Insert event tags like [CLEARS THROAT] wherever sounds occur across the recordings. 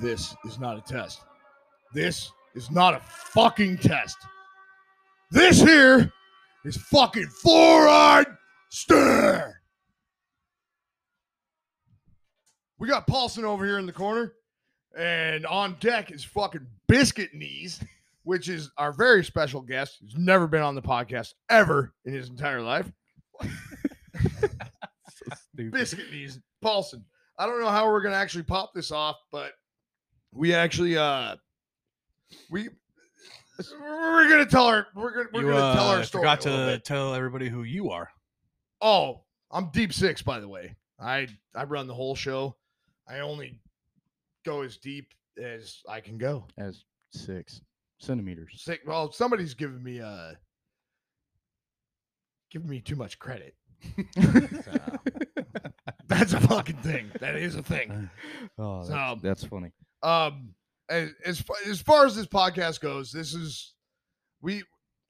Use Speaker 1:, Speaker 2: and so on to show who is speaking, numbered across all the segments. Speaker 1: This is not a test. This is not a fucking test. This here is fucking fluoride stare. We got Paulson over here in the corner, and on deck is fucking Biscuit Knees, which is our very special guest who's never been on the podcast ever in his entire life.
Speaker 2: [LAUGHS]
Speaker 1: Biscuit Knees Paulson. I don't know how we're gonna actually pop this off, but we actually uh we we're gonna tell our we're gonna we're
Speaker 2: you,
Speaker 1: gonna tell
Speaker 2: uh,
Speaker 1: our story.
Speaker 2: forgot
Speaker 1: a little
Speaker 2: to
Speaker 1: bit.
Speaker 2: tell everybody who you are.
Speaker 1: Oh, I'm deep six, by the way. I I run the whole show. I only go as deep as I can go.
Speaker 3: as six
Speaker 1: [LAUGHS]
Speaker 3: centimeters.
Speaker 1: Sick. Well, somebody's giving me uh giving me too much credit. [LAUGHS] That's a fucking thing. That is a thing.
Speaker 3: [LAUGHS] oh, that's,
Speaker 1: So-
Speaker 3: that's funny.
Speaker 1: Um, as as far, as far as this podcast goes, this is we.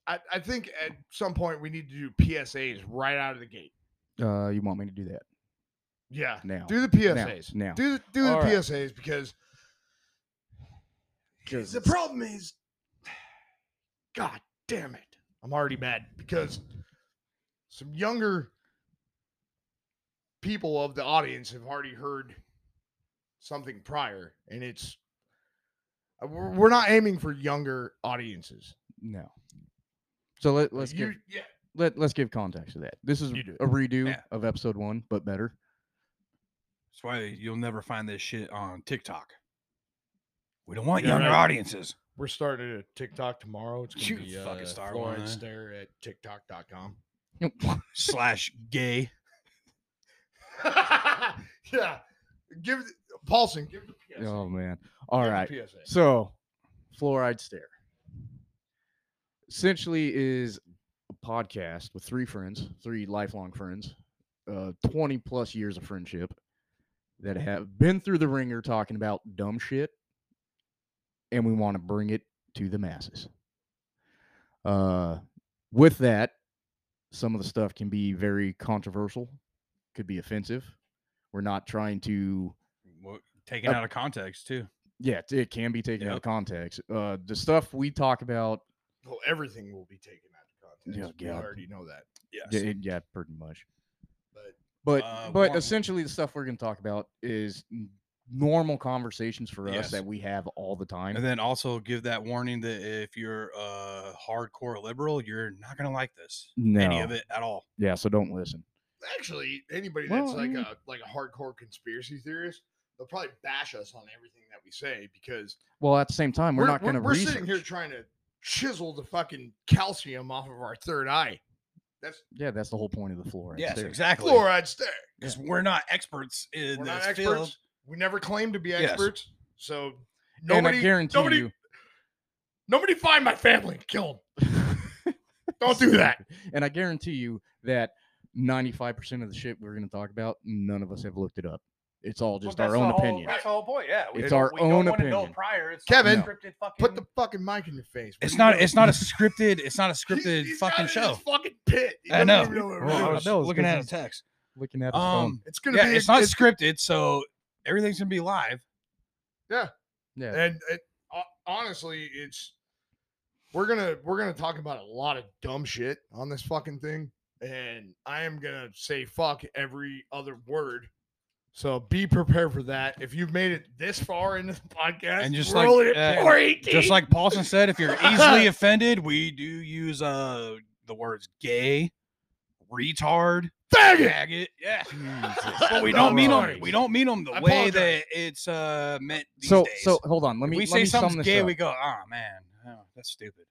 Speaker 1: I, I think at some point we need to do PSAs right out of the gate.
Speaker 3: Uh, you want me to do that?
Speaker 1: Yeah.
Speaker 3: Now.
Speaker 1: Do the PSAs.
Speaker 3: now.
Speaker 1: Do the, do the
Speaker 3: All right.
Speaker 1: PSAs because the problem is, [SIGHS] God damn it. I'm already mad because some younger people of the audience have already heard something prior, and it's uh, we're we're not aiming for younger audiences.
Speaker 3: No. So let, let's
Speaker 1: you,
Speaker 3: give
Speaker 1: yeah,
Speaker 3: let, let's give context to that. This is
Speaker 1: Uh, You do it.
Speaker 3: a redo
Speaker 2: Yeah.
Speaker 3: of episode one, but better.
Speaker 2: That's why you'll never find this shit on TikTok. We don't want
Speaker 1: Yeah,
Speaker 2: younger
Speaker 1: right.
Speaker 2: audiences.
Speaker 1: we're starting a TikTok tomorrow. It's gonna
Speaker 2: You
Speaker 1: be
Speaker 2: fucking
Speaker 1: uh,
Speaker 2: star
Speaker 1: Florence
Speaker 2: one, eh?
Speaker 1: Stare at TikTok.com.
Speaker 2: Slash gay.
Speaker 1: [LAUGHS] yeah, give it- Paulson. Give the PSA.
Speaker 3: oh man. All
Speaker 1: Give the
Speaker 3: right.
Speaker 1: PSA.
Speaker 3: So, fluoride stare essentially is a podcast with three friends, three lifelong friends, uh, 20 plus years of friendship that have been through the ringer talking about dumb shit, and we want to bring it to the masses. Uh, with that, some of the stuff can be very controversial, could be offensive. We're not trying to
Speaker 2: Well, taken
Speaker 3: Uh,
Speaker 2: out of context too.
Speaker 3: yeah, t- it can be taken out of context. Uh, the stuff we talk about,
Speaker 1: Well, everything will be taken out of
Speaker 3: Yeah,
Speaker 1: context. we
Speaker 3: God.
Speaker 1: already know that.
Speaker 2: Yes.
Speaker 3: yeah, it- yeah, pretty much.
Speaker 1: But
Speaker 3: But
Speaker 2: Uh,
Speaker 3: but
Speaker 2: one-
Speaker 3: essentially, the stuff we're going to talk about is n- normal conversations for us
Speaker 2: Yes.
Speaker 3: that we have all the time.
Speaker 2: And then also give that warning that if you're a hardcore liberal, you're not gonna like this.
Speaker 3: no,
Speaker 2: Any of it at all.
Speaker 3: yeah. So don't listen.
Speaker 1: actually, anybody
Speaker 3: Well,
Speaker 1: that's
Speaker 3: I
Speaker 1: like
Speaker 3: mean-
Speaker 1: a like a hardcore conspiracy theorist, they'll probably bash us on everything that we say because
Speaker 3: Well, at the same time, we're, not going to
Speaker 1: we're
Speaker 3: research.
Speaker 1: sitting here trying to chisel the fucking calcium off of our third eye. That's
Speaker 3: yeah, that's the whole point of the floor. right
Speaker 2: yes,
Speaker 3: there.
Speaker 2: exactly.
Speaker 1: fluoride stare.
Speaker 2: Because we're not experts in
Speaker 1: We're
Speaker 2: this
Speaker 1: not experts.
Speaker 2: field.
Speaker 1: We never claim to be
Speaker 2: Yes.
Speaker 1: experts. So
Speaker 3: And
Speaker 1: nobody,
Speaker 3: I guarantee
Speaker 1: nobody,
Speaker 3: you,
Speaker 1: nobody find my family. Kill them.
Speaker 3: [LAUGHS]
Speaker 1: Don't do that.
Speaker 3: and I guarantee you that ninety-five percent of the shit we're going to talk about, none of us have looked it up. It's all just our own opinion.
Speaker 4: That's the whole point. Yeah,
Speaker 3: It's
Speaker 4: don't-
Speaker 3: our own
Speaker 4: don't wanna Know
Speaker 3: opinion.
Speaker 4: prior, it's
Speaker 1: Kevin,
Speaker 4: not scripted fucking.
Speaker 1: Put the fucking mic in your face. What
Speaker 2: It's
Speaker 1: are you
Speaker 2: not.
Speaker 1: doing?
Speaker 2: It's not a scripted. It's not a
Speaker 1: He's-
Speaker 2: scripted
Speaker 1: he's got
Speaker 2: fucking
Speaker 1: it in
Speaker 2: show.
Speaker 1: his fucking pit. He
Speaker 2: I
Speaker 1: doesn't
Speaker 2: know.
Speaker 1: even know what we're
Speaker 2: Well, I
Speaker 3: [LAUGHS]
Speaker 1: doing.
Speaker 2: was
Speaker 3: No, it's
Speaker 2: looking at a
Speaker 3: business.
Speaker 2: text.
Speaker 3: Looking at his phone.
Speaker 2: Um,
Speaker 1: It's gonna
Speaker 2: yeah,
Speaker 1: be.
Speaker 2: it's not
Speaker 1: it's-
Speaker 2: scripted, so everything's gonna be live. eh,
Speaker 3: Yeah,
Speaker 1: and it, ho- honestly, it's we're gonna we're gonna talk about a lot of dumb shit on this fucking thing, and I am gonna say fuck every other word. So be prepared for that. If you've made it this far in this podcast,
Speaker 2: And just
Speaker 1: we're
Speaker 2: like,
Speaker 1: only
Speaker 2: uh,
Speaker 1: at 418.
Speaker 2: Just like Paulson said, if you're
Speaker 1: [LAUGHS]
Speaker 2: easily offended, we do use uh the words gay, retard,
Speaker 1: faggot.
Speaker 2: faggot.
Speaker 1: [LAUGHS]
Speaker 2: Yeah,
Speaker 3: Jesus.
Speaker 2: but we
Speaker 1: I'm
Speaker 2: don't mean
Speaker 1: sorry.
Speaker 2: them. We don't mean them the
Speaker 1: I
Speaker 2: way
Speaker 1: apologize.
Speaker 2: that it's uh meant these
Speaker 3: so
Speaker 2: days.
Speaker 3: so hold on. Let
Speaker 2: If
Speaker 3: me
Speaker 2: we
Speaker 3: let
Speaker 2: say
Speaker 3: me sum
Speaker 2: something's
Speaker 3: this
Speaker 2: gay,
Speaker 3: up.
Speaker 2: we go, oh man, oh, that's stupid.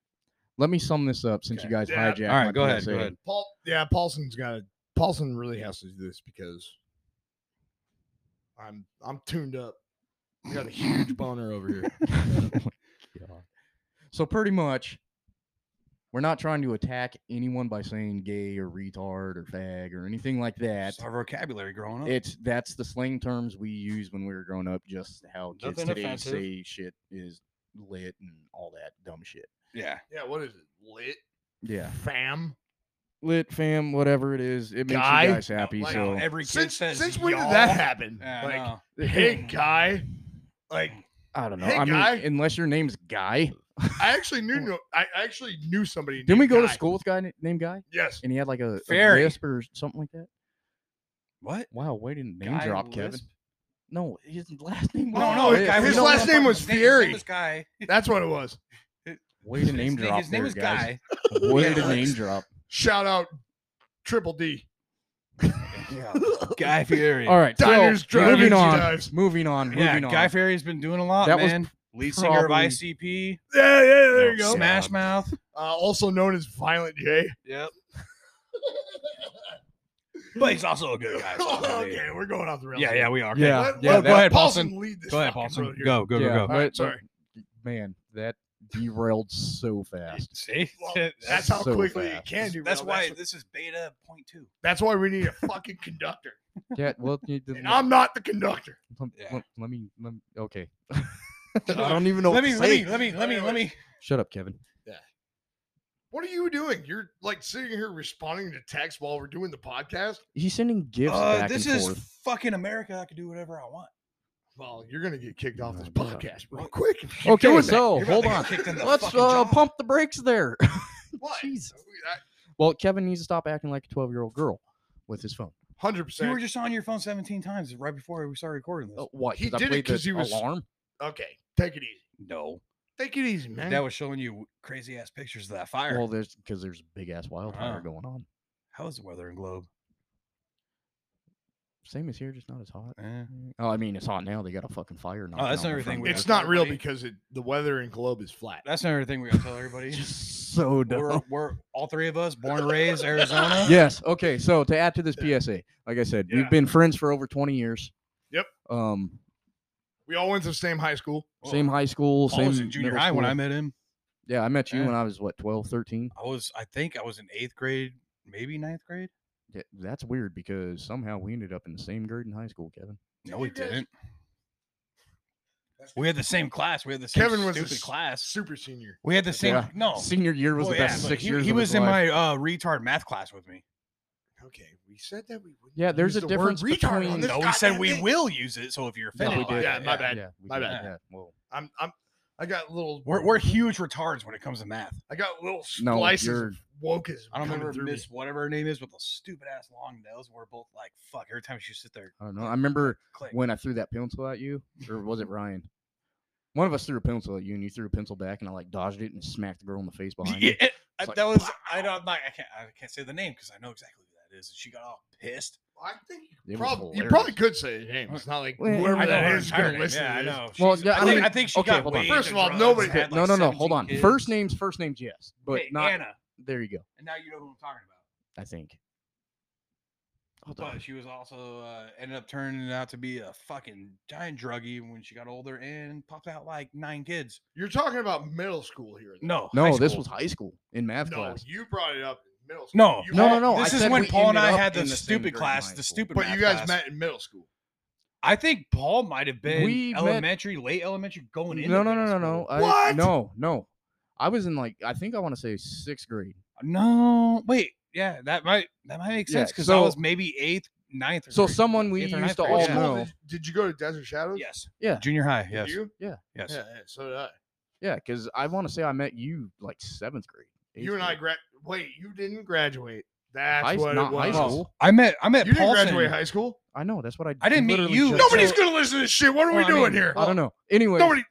Speaker 3: let me sum this up since
Speaker 2: Okay.
Speaker 3: you guys
Speaker 1: Yeah.
Speaker 3: hijacked.
Speaker 2: All right,
Speaker 3: my
Speaker 2: go ahead,
Speaker 3: PSA.
Speaker 2: go ahead.
Speaker 1: Paul, yeah, Paulson's got to. Paulson really has to do this because I'm I'm tuned up. I got a huge boner over here.
Speaker 3: [LAUGHS] God. so pretty much, we're not trying to attack anyone by saying gay or retard or fag or anything like that.
Speaker 2: That's our vocabulary growing up.
Speaker 3: It's that's the slang terms we used when we were growing up. Just how kids
Speaker 2: Nothing
Speaker 3: today
Speaker 2: offensive.
Speaker 3: say shit is lit and all that dumb shit.
Speaker 2: yeah,
Speaker 1: Yeah, what is it? Lit
Speaker 3: Yeah,
Speaker 1: fam.
Speaker 3: lit fam, whatever it is, it makes
Speaker 1: Guy?
Speaker 3: you guys happy.
Speaker 2: like,
Speaker 3: so [LAUGHS]
Speaker 2: every kid
Speaker 1: Since
Speaker 2: says
Speaker 1: since when did
Speaker 2: y'all.
Speaker 1: that happen?
Speaker 2: [CLEARS THROAT] Yeah, I
Speaker 1: like,
Speaker 2: know.
Speaker 1: hey guy, like
Speaker 3: I don't know.
Speaker 1: Hey,
Speaker 3: I mean,
Speaker 1: guy.
Speaker 3: unless your name's Guy. [LAUGHS]
Speaker 1: I actually knew no, I I actually knew somebody.
Speaker 3: Didn't we
Speaker 1: named
Speaker 3: go to
Speaker 1: Guy.
Speaker 3: school with a guy na- named Guy?
Speaker 1: Yes.
Speaker 3: And he had like a, a
Speaker 2: Fairy.
Speaker 3: lisp or something like that?
Speaker 2: What?
Speaker 3: Wow, way to name
Speaker 2: Guy
Speaker 3: drop, Kevin.
Speaker 2: Lisp?
Speaker 3: No, his last name was
Speaker 2: No, no,
Speaker 1: his-
Speaker 2: this guy, we
Speaker 1: his
Speaker 2: don't know
Speaker 1: last name
Speaker 2: the fucking-
Speaker 1: was
Speaker 2: his name
Speaker 1: Fury.
Speaker 2: was Guy.
Speaker 1: That's what it was.
Speaker 3: Way to
Speaker 2: His
Speaker 3: name
Speaker 2: name-
Speaker 3: drop.
Speaker 2: His name
Speaker 3: there,
Speaker 2: was
Speaker 3: guys.
Speaker 2: Guy.
Speaker 3: Way to
Speaker 2: Yeah.
Speaker 3: name drop.
Speaker 1: Shout out Triple D.
Speaker 3: [LAUGHS]
Speaker 2: Guy Fieri.
Speaker 3: All right. So,
Speaker 1: Diners, drive
Speaker 3: moving on.
Speaker 1: dives.
Speaker 3: Moving on. Moving
Speaker 2: yeah,
Speaker 3: on.
Speaker 2: Guy Fieri's been doing a lot,
Speaker 3: That was
Speaker 2: man. Lead singer of
Speaker 3: probably- Oh,
Speaker 2: ICP,
Speaker 1: Yeah, yeah, there you go.
Speaker 3: Yeah.
Speaker 2: Smash Mouth.
Speaker 1: Uh, also known as Violent J. [LAUGHS]
Speaker 2: Yep. But he's also a good [LAUGHS] guy. so I mean,
Speaker 1: Oh, okay, we're going off the rails.
Speaker 2: Oh, Yeah, yeah, we are.
Speaker 3: Yeah,
Speaker 1: Let-
Speaker 3: yeah,
Speaker 1: let-
Speaker 2: go
Speaker 1: let
Speaker 2: ahead,
Speaker 1: Paulson.
Speaker 2: Paulson.
Speaker 1: Lead this
Speaker 2: Go ahead,
Speaker 1: fucking
Speaker 2: Paulson.
Speaker 1: road here.
Speaker 2: Go, go,
Speaker 3: yeah,
Speaker 2: go,
Speaker 1: All
Speaker 2: go.
Speaker 1: right,
Speaker 3: but- but-
Speaker 1: sorry.
Speaker 3: Man, that derailed so
Speaker 2: [LAUGHS]
Speaker 3: fast.
Speaker 2: See,
Speaker 1: Well,
Speaker 2: that's
Speaker 1: That's how
Speaker 3: so
Speaker 1: quickly
Speaker 3: fast.
Speaker 1: it can do.
Speaker 2: that's why
Speaker 1: That's,
Speaker 2: this is beta point two.
Speaker 1: that's why we need a fucking
Speaker 3: [LAUGHS]
Speaker 1: conductor.
Speaker 3: Yeah, well, [LAUGHS] you did-
Speaker 1: And I'm not the conductor.
Speaker 3: let,
Speaker 2: Yeah.
Speaker 3: let- let me, let me,
Speaker 2: [LAUGHS]
Speaker 3: okay. I don't even know
Speaker 2: Let
Speaker 3: what
Speaker 2: me,
Speaker 3: to
Speaker 2: let
Speaker 3: say.
Speaker 2: me, let me, let me, let me.
Speaker 3: Shut up, Kevin.
Speaker 1: What are you doing? You're like sitting here responding to text while we're doing the podcast.
Speaker 3: He's sending gifts
Speaker 2: Uh,
Speaker 3: back
Speaker 2: this
Speaker 3: and
Speaker 2: is
Speaker 3: forth.
Speaker 2: fucking America. I can do whatever I want.
Speaker 1: Well, you're gonna get kicked off
Speaker 3: No,
Speaker 1: this
Speaker 3: no.
Speaker 1: podcast real quick. if you keep doing
Speaker 3: Okay,
Speaker 1: that.
Speaker 3: so
Speaker 2: You're about
Speaker 3: hold
Speaker 2: to get
Speaker 3: on.
Speaker 2: kicked
Speaker 1: [LAUGHS]
Speaker 2: in the
Speaker 3: Let's
Speaker 2: fucking
Speaker 3: uh,
Speaker 2: jaw.
Speaker 3: pump the brakes there. [LAUGHS]
Speaker 1: What?
Speaker 3: Jesus. Well, Kevin needs to stop acting like a 12 year old girl with his phone.
Speaker 1: Hundred
Speaker 2: You were
Speaker 1: percent.
Speaker 2: just on your phone 17 times right before we started recording this.
Speaker 3: Uh, what?
Speaker 1: He
Speaker 3: 'cause I
Speaker 1: did it
Speaker 3: played the
Speaker 1: 'cause he was-
Speaker 3: alarm.
Speaker 1: Okay, take it easy.
Speaker 2: No,
Speaker 1: Take it easy, man.
Speaker 2: that was showing you crazy ass pictures of that fire.
Speaker 3: Well, there's because there's a big ass wildfire
Speaker 2: Ah.
Speaker 3: going on.
Speaker 2: How is the weather in Globe?
Speaker 3: Same as here, just not as hot.
Speaker 2: Eh.
Speaker 3: Oh, I mean, it's hot now. They got a fucking fire. knocking
Speaker 2: Oh, that's
Speaker 3: on
Speaker 2: another
Speaker 3: the front
Speaker 2: thing we
Speaker 3: door.
Speaker 1: it's not real
Speaker 2: Everybody-
Speaker 1: because it, the weather in Globe is flat.
Speaker 2: That's another thing we gotta tell everybody.
Speaker 3: [LAUGHS] just so dumb.
Speaker 2: [LAUGHS] we're, we're all three of us born and raised Arizona.
Speaker 3: [LAUGHS] yes. Okay. So to add
Speaker 2: [LAUGHS]
Speaker 3: to this PSA, like I said,
Speaker 1: Yeah.
Speaker 3: we've been friends for over 20 years.
Speaker 1: Yep.
Speaker 3: Um,
Speaker 1: We all went to the same high school.
Speaker 3: same high school,
Speaker 2: Paul
Speaker 3: same
Speaker 2: was in junior
Speaker 3: middle
Speaker 2: high when
Speaker 3: school.
Speaker 2: I met him.
Speaker 3: Yeah, I met you
Speaker 2: Yeah.
Speaker 3: when I was what 12, 13.
Speaker 2: I was, I think, I was in eighth grade, maybe ninth grade.
Speaker 3: Yeah, that's weird because somehow we ended up in the same grade in high school, Kevin.
Speaker 2: No,
Speaker 1: Did
Speaker 2: we
Speaker 1: you guys-
Speaker 2: didn't. We had the same class. We had the same
Speaker 1: Kevin was a
Speaker 2: stupid
Speaker 1: s-
Speaker 2: class.
Speaker 1: super senior.
Speaker 2: We had the same.
Speaker 3: Yeah.
Speaker 2: No,
Speaker 3: Senior year was
Speaker 2: Oh. Well,
Speaker 3: the
Speaker 2: yeah,
Speaker 3: best
Speaker 2: but
Speaker 3: six
Speaker 2: he,
Speaker 3: years.
Speaker 2: He
Speaker 3: of
Speaker 2: was
Speaker 3: his
Speaker 2: in my
Speaker 3: life.
Speaker 2: uh, retard math class with me.
Speaker 1: Okay, we said that we would.
Speaker 3: Yeah, there's a difference
Speaker 1: word retard
Speaker 3: between-
Speaker 1: on this
Speaker 2: No, we said
Speaker 1: goddamn
Speaker 2: we
Speaker 1: thing.
Speaker 2: will use it. So if you're
Speaker 3: No,
Speaker 2: offended,
Speaker 3: we
Speaker 2: by
Speaker 3: did.
Speaker 1: yeah,
Speaker 2: it,
Speaker 1: my bad.
Speaker 3: Yeah, we
Speaker 1: My
Speaker 3: did.
Speaker 1: bad.
Speaker 3: Yeah, well,
Speaker 1: I'm, I'm, I got little.
Speaker 2: We're, we're huge retards when it comes to math.
Speaker 1: I got little
Speaker 3: No,
Speaker 1: splices
Speaker 3: you're-
Speaker 1: of wokeism.
Speaker 2: I don't
Speaker 1: coming
Speaker 2: remember
Speaker 1: through me.
Speaker 2: Miss whatever her name is with those stupid ass long nails. We're both like, fuck. Every time she sit there,
Speaker 3: I don't know. I remember
Speaker 2: click.
Speaker 3: when I threw that pencil at you, or was it Ryan? One of us threw a pencil at you, and you threw a pencil back, and I like dodged it and smacked the girl in the face
Speaker 2: [LAUGHS]
Speaker 3: behind
Speaker 2: Yeah,
Speaker 3: you.
Speaker 2: it- I-
Speaker 3: like,
Speaker 2: that was I don't I'm not, I can't I can't say the name because I know exactly who that is. And she got all pissed.
Speaker 1: I think you
Speaker 3: It was
Speaker 1: probably, you
Speaker 3: hilarious.
Speaker 1: probably could say his name. It's not like
Speaker 3: Well,
Speaker 1: whoever
Speaker 3: I know
Speaker 1: that
Speaker 3: her
Speaker 1: is is going to listen.
Speaker 2: Yeah,
Speaker 1: to
Speaker 2: I
Speaker 1: this.
Speaker 2: know.
Speaker 3: Well,
Speaker 2: She's-
Speaker 3: yeah,
Speaker 2: I,
Speaker 3: I
Speaker 2: think,
Speaker 3: mean-
Speaker 2: I think she
Speaker 3: okay,
Speaker 2: got
Speaker 3: hold on.
Speaker 2: weighed
Speaker 1: First of
Speaker 2: and
Speaker 1: all,
Speaker 2: drugs
Speaker 1: nobody-
Speaker 2: and had,
Speaker 3: no,
Speaker 2: like,
Speaker 3: no, no.
Speaker 2: 17
Speaker 3: Hold on.
Speaker 2: kids.
Speaker 3: First names, first names, yes, but
Speaker 2: Hey,
Speaker 3: not.
Speaker 2: Anna,
Speaker 3: There you go.
Speaker 2: and now you know who I'm talking about.
Speaker 3: I think. Hold on.
Speaker 2: Oh, But she was also uh, ended up turning out to be a fucking giant druggie when she got older and popped out like nine kids.
Speaker 1: You're talking about middle school here. though.
Speaker 2: No, high
Speaker 3: No, this
Speaker 2: school.
Speaker 3: was high school in math
Speaker 1: no,
Speaker 3: class.
Speaker 1: you brought it up in middle school.
Speaker 2: no,
Speaker 1: You
Speaker 3: No,
Speaker 1: all-
Speaker 3: no, no, I
Speaker 2: This is
Speaker 3: said
Speaker 2: when
Speaker 3: we
Speaker 2: Paul and
Speaker 3: ended
Speaker 2: I
Speaker 3: up
Speaker 2: had the,
Speaker 3: in the same grade
Speaker 2: stupid
Speaker 3: in
Speaker 2: class,
Speaker 3: high
Speaker 2: the
Speaker 3: school.
Speaker 2: stupid.
Speaker 1: But
Speaker 2: math
Speaker 1: you guys
Speaker 2: class.
Speaker 1: met in middle school.
Speaker 2: I think Paul might have been
Speaker 3: We met-
Speaker 2: elementary, late elementary, going into
Speaker 3: No, no, no,
Speaker 2: middle
Speaker 3: no,
Speaker 2: school.
Speaker 3: no. I,
Speaker 1: What?
Speaker 3: No, no. I was in like I think I want to say sixth grade.
Speaker 2: No, wait, yeah, that might that might make
Speaker 3: uh Yeah,
Speaker 2: sense because I
Speaker 3: so-
Speaker 2: was maybe eighth, ninth. Or
Speaker 3: So
Speaker 2: grade-
Speaker 3: someone we
Speaker 2: eighth or ninth
Speaker 3: used to
Speaker 2: grade.
Speaker 3: all
Speaker 1: What
Speaker 2: yeah.
Speaker 3: know-
Speaker 1: school did- Did you go to Desert Shadows?
Speaker 2: Yes.
Speaker 3: Oh, Yeah.
Speaker 2: Junior high.
Speaker 1: Did
Speaker 2: Yes.
Speaker 1: you?
Speaker 2: Yes.
Speaker 1: Yeah, yeah, so did I.
Speaker 3: Yeah, because I want to say I met you like seventh grade.
Speaker 1: You
Speaker 3: eighth
Speaker 1: and I
Speaker 3: grade.
Speaker 1: gra- wait, you didn't graduate. That's
Speaker 3: High-
Speaker 1: what
Speaker 3: not
Speaker 1: it
Speaker 3: high
Speaker 1: was.
Speaker 3: school.
Speaker 2: I met I met
Speaker 1: You didn't
Speaker 2: Paulson.
Speaker 1: graduate high school.
Speaker 3: I know that's what I.
Speaker 2: I didn't meet
Speaker 3: literally
Speaker 2: you.
Speaker 3: just
Speaker 1: Nobody's
Speaker 3: said.
Speaker 1: gonna listen to this shit. What are
Speaker 2: Well,
Speaker 1: we
Speaker 2: I
Speaker 1: doing
Speaker 2: mean,
Speaker 1: here?
Speaker 3: I don't know. Anyway,
Speaker 1: Nobody.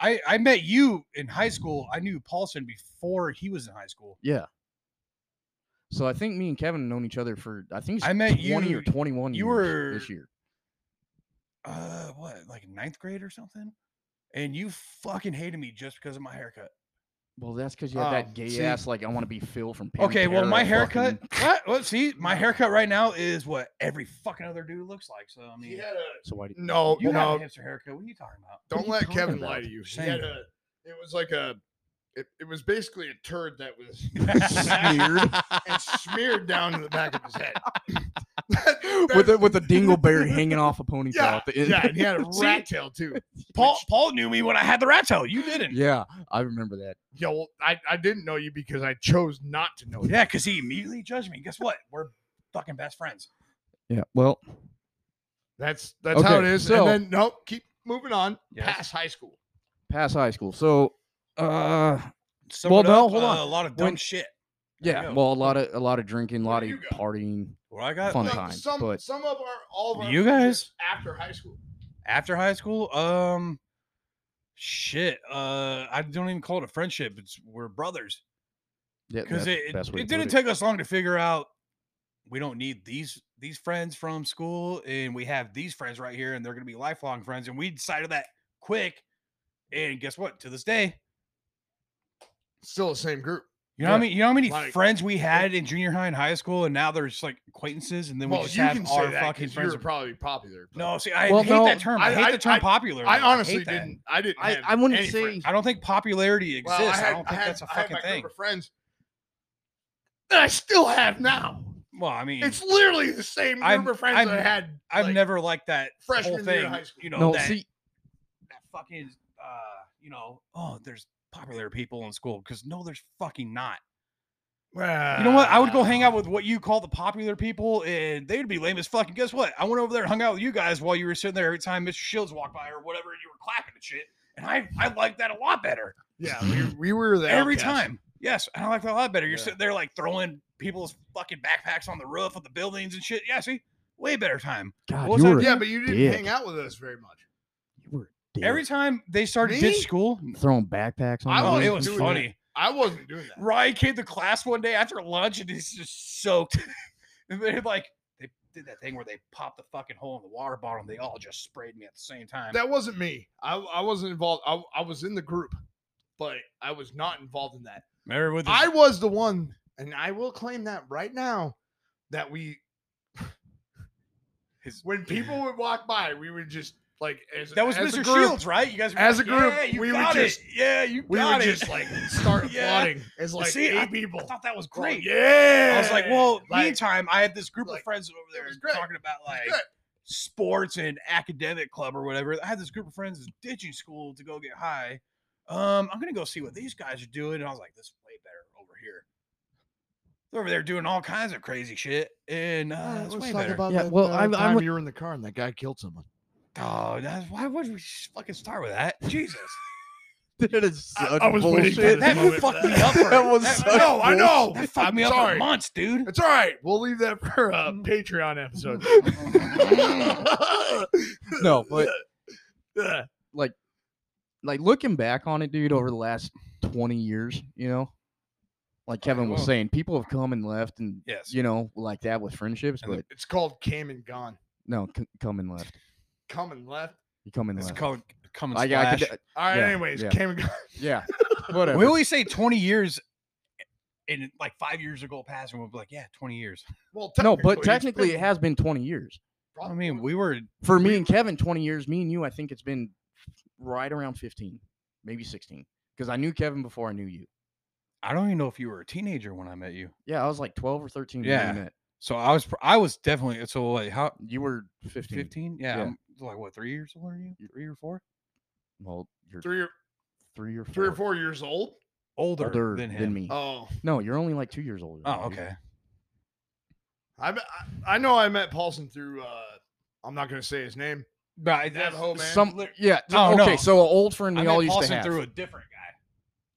Speaker 2: I I met you in high school. I knew Paulson before he was in high school.
Speaker 3: Yeah. So I think me and Kevin have known each other for I think it's
Speaker 2: I met
Speaker 3: twenty or
Speaker 2: you-
Speaker 3: twenty one.
Speaker 2: you
Speaker 3: years this
Speaker 2: were-
Speaker 3: year.
Speaker 2: Uh, what like ninth grade or something? And you fucking hated me just because of my haircut.
Speaker 3: Well, that's because you had
Speaker 1: Oh,
Speaker 3: that gay
Speaker 1: see?
Speaker 3: ass like I want to be Phil from. Pantera
Speaker 2: Okay, well, my haircut.
Speaker 3: fucking-
Speaker 2: What? Well, see, my haircut right now is what every fucking other dude looks like. So I mean,
Speaker 1: He had a
Speaker 3: So why? Did,
Speaker 1: no,
Speaker 2: you
Speaker 1: no.
Speaker 2: have a hipster haircut. What are you talking about?
Speaker 3: What are
Speaker 1: Don't
Speaker 3: you
Speaker 1: let
Speaker 3: talking
Speaker 1: Kevin lie
Speaker 3: about?
Speaker 1: to you. He
Speaker 2: Shame.
Speaker 1: had a. It was like a. It, it was basically a turd that
Speaker 3: [LAUGHS]
Speaker 1: was [LAUGHS]
Speaker 3: Smeared.
Speaker 1: and smeared down to the back of his
Speaker 3: [LAUGHS]
Speaker 1: head.
Speaker 3: with a, with a dingleberry hanging off a ponytail
Speaker 1: yeah,
Speaker 3: at the end.
Speaker 1: yeah, and he had a
Speaker 3: [LAUGHS]
Speaker 2: See?
Speaker 1: rat tail too.
Speaker 2: [LAUGHS] Paul Paul knew me when I had the rat tail. You didn't.
Speaker 3: Yeah, I remember that.
Speaker 1: Yeah, well, I, I didn't know you because I chose not to know you.
Speaker 2: Yeah, because he immediately judged me. Guess what? We're fucking best friends.
Speaker 3: Yeah. Well,
Speaker 1: That's that's how it
Speaker 3: Okay,
Speaker 1: is.
Speaker 3: so-
Speaker 1: and then nope, keep moving on
Speaker 2: Yes.
Speaker 1: past high school.
Speaker 3: Past high school. So, uh,
Speaker 2: Sum
Speaker 3: Well,
Speaker 2: it
Speaker 3: no,
Speaker 2: up,
Speaker 3: hold
Speaker 2: uh,
Speaker 3: on.
Speaker 2: a lot of dumb
Speaker 3: When-
Speaker 2: shit. There you
Speaker 3: yeah,
Speaker 2: go.
Speaker 3: well, a lot of a lot of drinking, a
Speaker 1: Where
Speaker 3: lot
Speaker 1: do
Speaker 3: of
Speaker 1: you go?
Speaker 3: partying.
Speaker 2: What I got
Speaker 3: Fun
Speaker 1: Like,
Speaker 3: times,
Speaker 1: some
Speaker 3: but-
Speaker 1: some of our all of our
Speaker 2: You
Speaker 1: friendships after high school.
Speaker 2: after high school, um, shit. Uh, I don't even call it a friendship. It's we're brothers.
Speaker 3: Yeah,
Speaker 2: because
Speaker 3: that's
Speaker 2: it,
Speaker 3: the best way
Speaker 2: it
Speaker 3: to put
Speaker 2: didn't take us long to figure out we don't need these these friends from school and we have these friends right here and they're going to be lifelong friends and we decided that quick and guess what to this day
Speaker 1: Still the same group.
Speaker 2: you know how
Speaker 1: Yeah,
Speaker 2: many you know how many
Speaker 1: like-
Speaker 2: friends we had in junior high and high school and now they're just like acquaintances and then we
Speaker 1: well,
Speaker 2: just
Speaker 1: you
Speaker 2: have
Speaker 1: can say
Speaker 2: our
Speaker 1: that
Speaker 2: fucking
Speaker 1: 'cause you were
Speaker 2: friends
Speaker 1: probably popular. but
Speaker 2: no see i
Speaker 3: Well,
Speaker 2: hate
Speaker 3: no,
Speaker 2: that term i,
Speaker 1: I-
Speaker 2: hate
Speaker 1: I-
Speaker 2: the term
Speaker 1: I-
Speaker 2: popular
Speaker 1: I
Speaker 2: though. hate
Speaker 1: honestly
Speaker 2: that.
Speaker 1: didn't. I didn't.
Speaker 3: I-
Speaker 1: have
Speaker 3: I wouldn't
Speaker 1: any
Speaker 3: say-
Speaker 1: friends.
Speaker 2: i don't think popularity exists
Speaker 1: Well,
Speaker 2: I,
Speaker 1: had-
Speaker 2: don't think
Speaker 1: had-
Speaker 2: that's a
Speaker 1: I had
Speaker 2: fucking
Speaker 1: my
Speaker 2: thing
Speaker 1: Group of friends that I still have now.
Speaker 2: well i mean
Speaker 1: It's literally the same group
Speaker 2: I've-
Speaker 1: of friends
Speaker 2: I've-
Speaker 1: that I had.
Speaker 2: i've
Speaker 1: like,
Speaker 2: never liked that whole
Speaker 1: freshman year of
Speaker 2: thing
Speaker 1: high school.
Speaker 2: you know
Speaker 3: it. No,
Speaker 2: that,
Speaker 3: see,
Speaker 2: that fucking uh you know oh there's popular people in school because no there's fucking not you know what i would go hang out with what you call the popular people and they'd be lame as fuck and guess what i went over there and hung out with you guys while you were sitting there every time mr shields walked by or whatever and you were clapping and shit and i i like that a lot better
Speaker 1: Yeah, we, we were there
Speaker 2: every time yes and i like that a lot better you're
Speaker 1: Yeah.
Speaker 2: sitting there like throwing people's fucking backpacks on the roof of the buildings and shit yeah see way better time
Speaker 3: God,
Speaker 2: what was
Speaker 3: you
Speaker 2: that
Speaker 3: were,
Speaker 1: Yeah, but you didn't
Speaker 3: dick.
Speaker 1: hang out with us very much.
Speaker 3: you were a dick.
Speaker 2: every time they started
Speaker 1: Me?
Speaker 2: ditch school
Speaker 3: throwing backpacks on.
Speaker 1: I
Speaker 3: the
Speaker 2: oh
Speaker 1: wasn't
Speaker 2: it
Speaker 3: roof
Speaker 2: was
Speaker 3: and
Speaker 1: doing
Speaker 3: shit.
Speaker 2: funny
Speaker 1: I wasn't doing that.
Speaker 2: Ryan came to class one day after lunch and he's just soaked. [LAUGHS] and they're like, they did that thing where they popped the fucking hole in the water bottle and they all just sprayed me at the same time.
Speaker 1: That wasn't me. I, I wasn't involved. I, I was in the group, but I was not involved in that.
Speaker 2: Remember with
Speaker 1: I was the one, and I will claim that right now that we,
Speaker 2: His-
Speaker 1: when people would walk by, we would just like as
Speaker 2: that was
Speaker 1: as a
Speaker 2: Mr.
Speaker 1: group,
Speaker 2: Shields, right? You guys were
Speaker 1: as
Speaker 2: like,
Speaker 1: a group,
Speaker 2: yeah, you
Speaker 1: we would
Speaker 2: got it.
Speaker 1: just-
Speaker 2: yeah, you
Speaker 1: We
Speaker 2: got
Speaker 1: would
Speaker 2: it.
Speaker 1: just
Speaker 2: [LAUGHS]
Speaker 1: like start
Speaker 2: Yeah.
Speaker 1: applauding as like
Speaker 2: see,
Speaker 1: eight
Speaker 2: I-
Speaker 1: people.
Speaker 2: I thought that was
Speaker 1: Like,
Speaker 2: great.
Speaker 1: yeah.
Speaker 2: I was like, well,
Speaker 1: Like,
Speaker 2: meantime, I had this group
Speaker 1: like,
Speaker 2: of friends over there
Speaker 1: was great.
Speaker 2: talking about like
Speaker 1: good.
Speaker 2: sports and academic club or whatever. I had this group of friends that's ditching school to go get high. Um, I'm gonna go see what these guys are doing. And I was like, this is way better over here. They're over there doing all kinds of crazy shit. And uh,
Speaker 1: Uh,
Speaker 2: it's way better.
Speaker 3: Yeah, well, I- I
Speaker 1: time
Speaker 3: would-
Speaker 1: you were in the car and that guy killed someone.
Speaker 2: oh, that's, why would we s- fucking start with that?
Speaker 3: [LAUGHS]
Speaker 2: Jesus.
Speaker 3: [LAUGHS] That is
Speaker 1: I-
Speaker 3: such
Speaker 1: I was waiting for
Speaker 3: bullshit.
Speaker 1: this
Speaker 2: that
Speaker 1: moment for
Speaker 2: fucked me
Speaker 1: that.
Speaker 2: up. For,
Speaker 3: That
Speaker 1: [LAUGHS]
Speaker 3: was
Speaker 2: that,
Speaker 3: such
Speaker 2: I know, I know.
Speaker 1: bullshit.
Speaker 2: That fucked
Speaker 1: I'm
Speaker 2: me up for
Speaker 1: sorry.
Speaker 2: months, dude.
Speaker 1: It's all right. We'll leave that for a Patreon episode.
Speaker 3: [LAUGHS]
Speaker 1: [LAUGHS]
Speaker 3: No, but- like looking back on it, dude, over the last 20 years, you know, like Kevin was
Speaker 2: well-
Speaker 3: saying, people have come and left and,
Speaker 2: Yes.
Speaker 3: you know, like that with friendships,
Speaker 2: And the-
Speaker 3: but
Speaker 1: it's called came and gone.
Speaker 3: no, c- come and left.
Speaker 1: Come and left.
Speaker 3: You come and
Speaker 2: It's
Speaker 3: left.
Speaker 2: called coming
Speaker 3: Like, I
Speaker 2: splash.
Speaker 3: could,
Speaker 1: All right.
Speaker 3: Yeah,
Speaker 1: anyways,
Speaker 3: yeah.
Speaker 1: came and gone. [LAUGHS]
Speaker 3: yeah,
Speaker 2: [LAUGHS]
Speaker 3: whatever.
Speaker 2: We always say 20 years eh, and like five years ago past, and we'll be like, yeah, 20 years.
Speaker 1: Well,
Speaker 3: no, but
Speaker 1: it's
Speaker 3: technically
Speaker 1: been
Speaker 3: it has been 20 years.
Speaker 2: I
Speaker 1: probably-
Speaker 2: mean, we were,
Speaker 3: For me and Kevin, 20 years. Me and you, I think it's been right around 15, maybe 16, because I knew Kevin before I knew you.
Speaker 2: I don't even know if you were a teenager when I met you.
Speaker 3: Yeah, I was like 12 or 13 when
Speaker 2: Yeah.
Speaker 3: we met.
Speaker 2: So I was, pr- I was definitely, so like, how,
Speaker 3: You were 15.
Speaker 2: 15? Yeah.
Speaker 3: Yeah.
Speaker 2: I'm like, what, three years older than you? Three or four?
Speaker 3: Well, you're three,
Speaker 1: three or
Speaker 3: or four.
Speaker 1: three or four years old.
Speaker 2: Older,
Speaker 3: older
Speaker 2: than
Speaker 3: than,
Speaker 2: him.
Speaker 3: me.
Speaker 1: Oh,
Speaker 3: no, you're only like two years older. than
Speaker 2: Oh,
Speaker 3: me, dude.
Speaker 2: okay.
Speaker 1: I met- I I know I met Paulson through. uh I'm not going to say his name.
Speaker 2: But I,
Speaker 1: That hoe, man.
Speaker 3: Some yeah. th-
Speaker 2: Oh,
Speaker 3: okay,
Speaker 2: no.
Speaker 3: so an old friend
Speaker 2: I
Speaker 3: we
Speaker 2: met
Speaker 3: all used
Speaker 2: Paulson
Speaker 3: to have.
Speaker 2: through a different guy.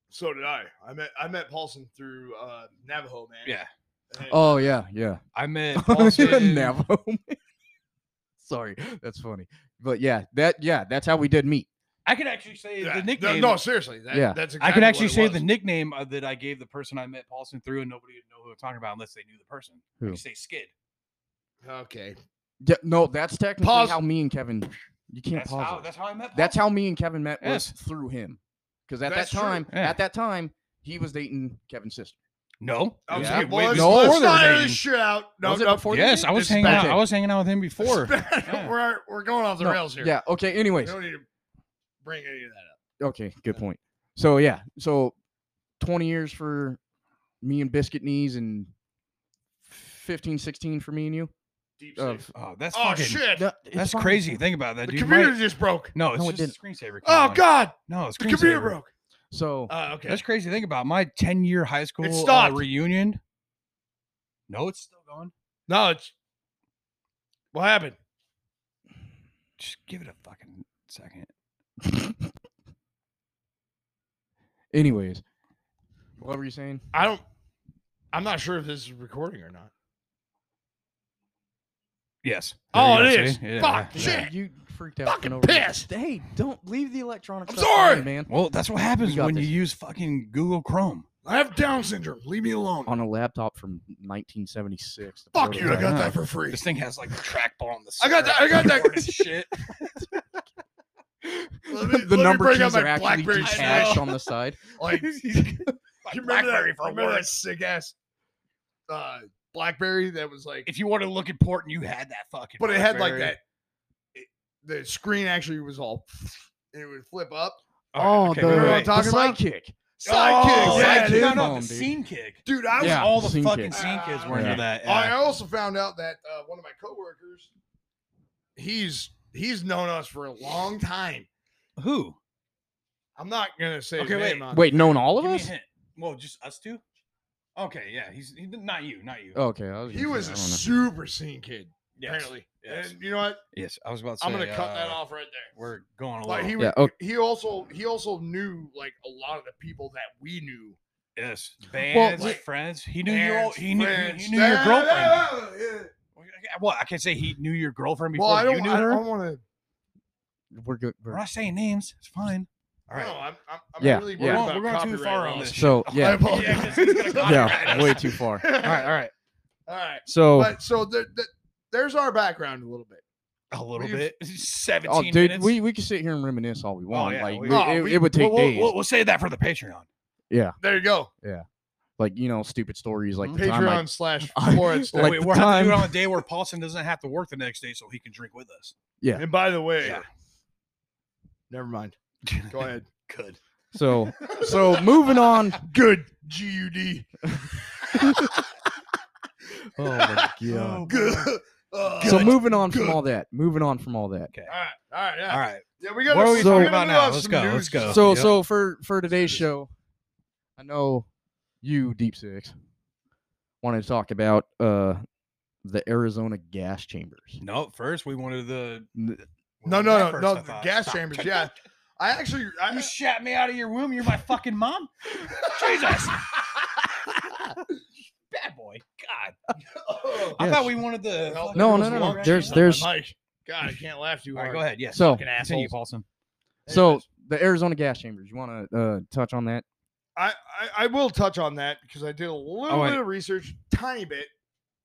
Speaker 1: So did I. I met I met Paulson through uh Navajo man.
Speaker 2: Yeah.
Speaker 1: And-
Speaker 2: [LAUGHS]
Speaker 3: oh yeah, yeah.
Speaker 2: I
Speaker 3: [LAUGHS]
Speaker 2: met [LAUGHS]
Speaker 3: Oh,
Speaker 2: Paulson.
Speaker 3: Navajo. [LAUGHS] Sorry, that's funny. But yeah, that yeah, that's how we did meet.
Speaker 2: I could actually say
Speaker 1: yeah.
Speaker 2: the
Speaker 1: No-
Speaker 2: nickname.
Speaker 1: No, seriously. That,
Speaker 3: Yeah.
Speaker 1: That's
Speaker 2: I
Speaker 1: exactly
Speaker 2: could
Speaker 1: what
Speaker 2: actually
Speaker 1: it
Speaker 2: say
Speaker 1: was.
Speaker 2: the nickname uh, that I gave the person I met Paulson through, and nobody would know who I'm talking about unless they knew the person. I
Speaker 3: Who?
Speaker 2: could say Skid.
Speaker 1: Okay.
Speaker 3: Yeah, no, that's technically
Speaker 1: Pause.
Speaker 3: how me and Kevin. You can't
Speaker 2: That's
Speaker 3: pause.
Speaker 2: how,
Speaker 3: it.
Speaker 2: that's how I met.
Speaker 3: That's
Speaker 2: Paulson.
Speaker 3: how me and Kevin met
Speaker 2: Yes.
Speaker 3: was through him. Because at
Speaker 1: That's
Speaker 3: that
Speaker 1: true.
Speaker 3: time,
Speaker 2: Yeah.
Speaker 3: at that time, he was dating Kevin's sister.
Speaker 2: No,
Speaker 1: Okay.
Speaker 3: Yeah.
Speaker 1: Well, let's,
Speaker 3: No,
Speaker 1: let's
Speaker 3: before
Speaker 1: not air
Speaker 2: dating.
Speaker 1: this shit out. No,
Speaker 3: Was it
Speaker 1: no.
Speaker 3: before they
Speaker 2: Yes,
Speaker 3: dated?
Speaker 2: I was
Speaker 1: It's
Speaker 2: hanging out.
Speaker 1: back.
Speaker 2: I was hanging out with him before.
Speaker 1: [LAUGHS]
Speaker 2: Yeah.
Speaker 1: we're we're going off the
Speaker 3: No,
Speaker 1: rails here.
Speaker 3: Yeah. Okay.
Speaker 1: We
Speaker 3: Anyways.
Speaker 1: don't need to bring any of that up.
Speaker 3: Okay. Good
Speaker 1: Yeah.
Speaker 3: point. So yeah. So twenty years for me and Biscuit Knees, and 15, 16 for me and you.
Speaker 1: Deep
Speaker 3: Of-
Speaker 1: safe.
Speaker 2: Oh, that's
Speaker 1: Oh
Speaker 2: fucking.
Speaker 1: shit!
Speaker 3: No, it's
Speaker 2: That's
Speaker 3: fine.
Speaker 2: crazy. Think about that,
Speaker 1: the
Speaker 2: dude.
Speaker 1: computer
Speaker 2: My-
Speaker 1: just broke.
Speaker 2: no, it's
Speaker 3: No, it
Speaker 2: just a screensaver. came
Speaker 1: Oh
Speaker 2: on.
Speaker 1: god,
Speaker 2: No, it's
Speaker 1: the computer
Speaker 2: screensaver.
Speaker 1: broke.
Speaker 3: So
Speaker 1: Uh, okay.
Speaker 2: That's crazy. Think about my ten year high school uh,
Speaker 1: stopped.
Speaker 2: reunion. No, it's still going.
Speaker 1: no, it's what happened.
Speaker 2: Just give it a fucking second.
Speaker 3: Anyways, what were you saying?
Speaker 1: I don't. I'm not sure if this is recording or not.
Speaker 2: Yes.
Speaker 1: There you
Speaker 2: oh,
Speaker 1: go,
Speaker 2: it
Speaker 1: see?
Speaker 2: is.
Speaker 1: Yeah, yeah.
Speaker 3: Yeah,
Speaker 1: Shit.
Speaker 3: you freaked out.
Speaker 1: Fucking
Speaker 3: for no reason.
Speaker 1: pissed.
Speaker 3: Hey, don't leave the electronics.
Speaker 1: I'm
Speaker 3: up behind
Speaker 1: sorry.
Speaker 3: you, man.
Speaker 2: Well, that's what happens
Speaker 3: got
Speaker 2: when
Speaker 3: this.
Speaker 2: you use fucking Google Chrome.
Speaker 1: I have Down syndrome. Leave me alone.
Speaker 3: On a laptop from 1976. the
Speaker 1: Fuck you. I got
Speaker 3: [LAUGHS] prototype.
Speaker 1: that for free.
Speaker 2: This thing has like a trackball on the.
Speaker 1: I got that- I got that-
Speaker 2: keyboard and shit.
Speaker 1: [LAUGHS] Let me-
Speaker 3: the
Speaker 1: let me
Speaker 3: number
Speaker 1: bring out
Speaker 3: keys
Speaker 1: my
Speaker 3: are actually
Speaker 1: BlackBerry
Speaker 3: detached
Speaker 1: Smash.
Speaker 3: on the side.
Speaker 1: [LAUGHS]
Speaker 3: [LAUGHS]
Speaker 1: Like, you
Speaker 2: My
Speaker 1: remember that,
Speaker 2: BlackBerry for
Speaker 1: remember
Speaker 2: work.
Speaker 1: that sick ass uh, Blackberry that was like,
Speaker 2: If you wanted to look important, you had that fucking.
Speaker 1: but it had like
Speaker 2: BlackBerry.
Speaker 1: that. It, the screen actually was all, [LAUGHS] it would flip up.
Speaker 3: Oh,
Speaker 2: All right, okay,
Speaker 1: the-
Speaker 2: remember what
Speaker 1: Right.
Speaker 2: I'm
Speaker 1: talking about?
Speaker 3: sidekick.
Speaker 1: Sidekick.
Speaker 2: Oh,
Speaker 1: yeah,
Speaker 2: sidekick.
Speaker 1: dude.
Speaker 2: No,
Speaker 3: Come
Speaker 2: no,
Speaker 3: on,
Speaker 2: the
Speaker 3: dude.
Speaker 2: scene kick.
Speaker 1: Dude, I was
Speaker 3: Yeah.
Speaker 2: all the
Speaker 3: scene
Speaker 2: fucking
Speaker 3: kick.
Speaker 2: scene kids were into
Speaker 1: Yeah.
Speaker 2: that.
Speaker 1: I
Speaker 2: yeah.
Speaker 1: also found out that uh, one of my coworkers, he's he's known us for a long time.
Speaker 2: Who?
Speaker 1: I'm not gonna say his
Speaker 2: Okay, wait.
Speaker 1: name on-
Speaker 3: Wait, known all of
Speaker 2: Give me a
Speaker 3: us?
Speaker 2: hint. Well, just us two. Okay, yeah, he's he, not you, not you.
Speaker 3: Okay, I was
Speaker 1: He
Speaker 3: gonna
Speaker 1: was
Speaker 3: say,
Speaker 1: a
Speaker 3: I don't know.
Speaker 1: super scene kid,
Speaker 2: yes.
Speaker 1: apparently.
Speaker 2: yes.
Speaker 1: And you know what?
Speaker 2: Yes, I was about to.
Speaker 1: I'm
Speaker 2: say,
Speaker 1: gonna cut that
Speaker 2: uh,
Speaker 1: off right there.
Speaker 2: We're going a
Speaker 1: But
Speaker 2: little.
Speaker 1: he was,
Speaker 3: Yeah, oh okay.
Speaker 1: he also he also knew like a lot of the people that we knew.
Speaker 2: yes, bands,
Speaker 1: like,
Speaker 2: friends. He knew your
Speaker 1: Parents,
Speaker 2: old, he knew he,
Speaker 1: friends,
Speaker 2: he knew your
Speaker 1: da-
Speaker 2: girlfriend.
Speaker 1: da- da- da-
Speaker 2: Well, I can't say he knew your girlfriend before
Speaker 1: Well, I
Speaker 2: you
Speaker 1: don't
Speaker 2: knew
Speaker 1: I
Speaker 2: her.
Speaker 1: don't want to.
Speaker 3: We're good.
Speaker 2: We're
Speaker 3: We're,
Speaker 2: not saying names. It's fine. All right.
Speaker 1: No, I'm I'm, I'm
Speaker 3: Yeah,
Speaker 1: really
Speaker 3: yeah.
Speaker 1: worried
Speaker 2: We're going-
Speaker 1: about
Speaker 2: we're going
Speaker 1: copyright
Speaker 2: too far on
Speaker 1: laws.
Speaker 2: this.
Speaker 3: so
Speaker 1: I
Speaker 3: yeah,
Speaker 1: apologize.
Speaker 2: Yeah, 'cause it's gonna
Speaker 3: [LAUGHS] yeah,
Speaker 1: [LAUGHS]
Speaker 3: way too far.
Speaker 1: all
Speaker 2: All right. All right.
Speaker 1: All right.
Speaker 3: So
Speaker 1: But so the, the, there's our background a little bit.
Speaker 2: A little
Speaker 1: We've-
Speaker 2: bit. [LAUGHS] Seventeen
Speaker 3: Oh, dude,
Speaker 2: minutes.
Speaker 3: we, we could sit here and reminisce all we want.
Speaker 2: yeah,
Speaker 3: like
Speaker 2: we-
Speaker 3: we-
Speaker 1: Oh,
Speaker 3: it,
Speaker 1: we-
Speaker 3: it would take
Speaker 2: we'll, we'll,
Speaker 3: days.
Speaker 2: We'll, we'll save that for the Patreon.
Speaker 1: There you go.
Speaker 3: like you know, stupid stories like the time
Speaker 1: Patreon
Speaker 3: I-
Speaker 1: slash
Speaker 3: [LAUGHS] I-
Speaker 1: Florence.
Speaker 3: Like
Speaker 2: we,
Speaker 3: the
Speaker 2: we're [LAUGHS] having to do
Speaker 3: time-
Speaker 2: it on a day where Paulson doesn't have to work the next day, so he can drink with us.
Speaker 3: yeah.
Speaker 1: And by the way,
Speaker 2: Yeah.
Speaker 1: never [LAUGHS] mind. Go ahead.
Speaker 2: Good.
Speaker 1: [LAUGHS]
Speaker 3: So so moving on.
Speaker 1: Good G U D.
Speaker 3: [LAUGHS] [LAUGHS] Oh my
Speaker 1: [LAUGHS]
Speaker 3: god.
Speaker 2: Oh,
Speaker 1: Good. Uh, [LAUGHS]
Speaker 3: So
Speaker 1: all
Speaker 3: moving on
Speaker 1: Good.
Speaker 3: from all that. Moving on from all that.
Speaker 1: right. All right. Yeah.
Speaker 2: All right.
Speaker 1: Yeah, we got.
Speaker 2: What are we
Speaker 3: talking
Speaker 2: about now? Let's go, let's go.
Speaker 3: So
Speaker 2: Yep.
Speaker 3: so for for today's show, I know you deep six wanted to talk about uh the Arizona gas chambers.
Speaker 2: No, first we wanted the
Speaker 3: N-
Speaker 1: No, no,
Speaker 2: Well, that
Speaker 1: no,
Speaker 2: first
Speaker 1: no.
Speaker 2: I
Speaker 1: The
Speaker 2: thought.
Speaker 1: gas
Speaker 2: Stop.
Speaker 1: chambers. Yeah. I actually. I,
Speaker 2: You shat me out of your womb. You're my fucking [LAUGHS] mom. Jesus. Bad boy. God. [LAUGHS] I
Speaker 3: Yes.
Speaker 2: thought we wanted the.
Speaker 1: Well,
Speaker 2: fucking-
Speaker 3: No,
Speaker 1: there
Speaker 3: no,
Speaker 1: was
Speaker 3: no,
Speaker 1: lung
Speaker 3: no.
Speaker 1: rash
Speaker 2: [LAUGHS]
Speaker 3: There's
Speaker 1: on my
Speaker 3: there's
Speaker 1: mic. God, I can't laugh too
Speaker 2: All right,
Speaker 1: hard.
Speaker 2: go ahead. Yes.
Speaker 3: So-
Speaker 2: fucking asshole, Paulson.
Speaker 3: so
Speaker 1: Anyways,
Speaker 3: the Arizona gas chambers. You want to uh touch on that?
Speaker 1: I, I I will touch on that because I did a little
Speaker 3: Oh,
Speaker 1: bit
Speaker 3: and-
Speaker 1: of research, tiny bit,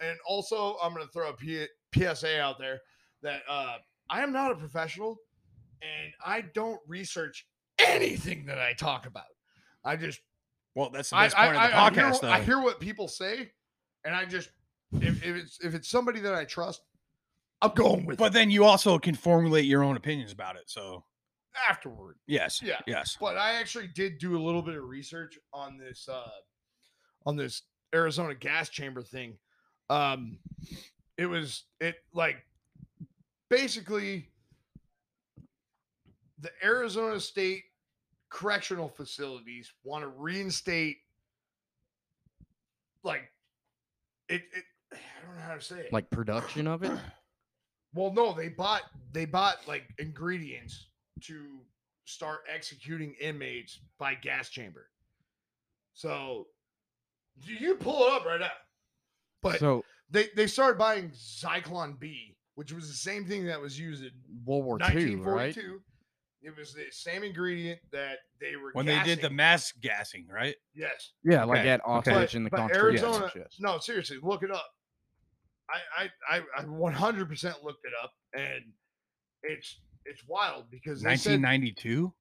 Speaker 1: and also I'm going to throw a P- PSA out there that uh, I am not a professional, and I don't research anything that I talk about. I just
Speaker 2: Well, that's the
Speaker 1: I,
Speaker 2: best
Speaker 1: I,
Speaker 2: part
Speaker 1: I, I
Speaker 2: of the podcast,
Speaker 1: hear, I
Speaker 2: though.
Speaker 1: hear what people say, and I just if, if it's if it's somebody that I trust, I'm going with
Speaker 2: but then you also can formulate your own opinions about it. So,
Speaker 1: it afterward.
Speaker 2: yes.
Speaker 1: Yeah.
Speaker 2: Yes.
Speaker 1: But I actually did do a little bit of research on this uh on this Arizona gas chamber thing. Um it was it like basically the Arizona state correctional facilities want to reinstate like it, it I don't know how to say it.
Speaker 3: Like production of it?
Speaker 1: Well, no, they bought they bought like ingredients to start executing inmates by gas chamber. So you you pull it up right now. But
Speaker 3: so
Speaker 1: they they started buying Zyklon B, which was the same thing that was used in
Speaker 3: World War II, right?
Speaker 1: 1942. It was the same ingredient that they were
Speaker 2: When they did the
Speaker 1: gassing.
Speaker 2: mass gassing, right?
Speaker 1: yes.
Speaker 3: Yeah, like
Speaker 2: Okay,
Speaker 3: at
Speaker 2: okay.
Speaker 3: Oxbridge in the
Speaker 1: But- but
Speaker 3: Contra- yes,
Speaker 1: Arizona-
Speaker 3: yes.
Speaker 1: No, seriously, look it up. I I I- I one hundred percent looked it up, and it's it's wild because they said
Speaker 2: 1992.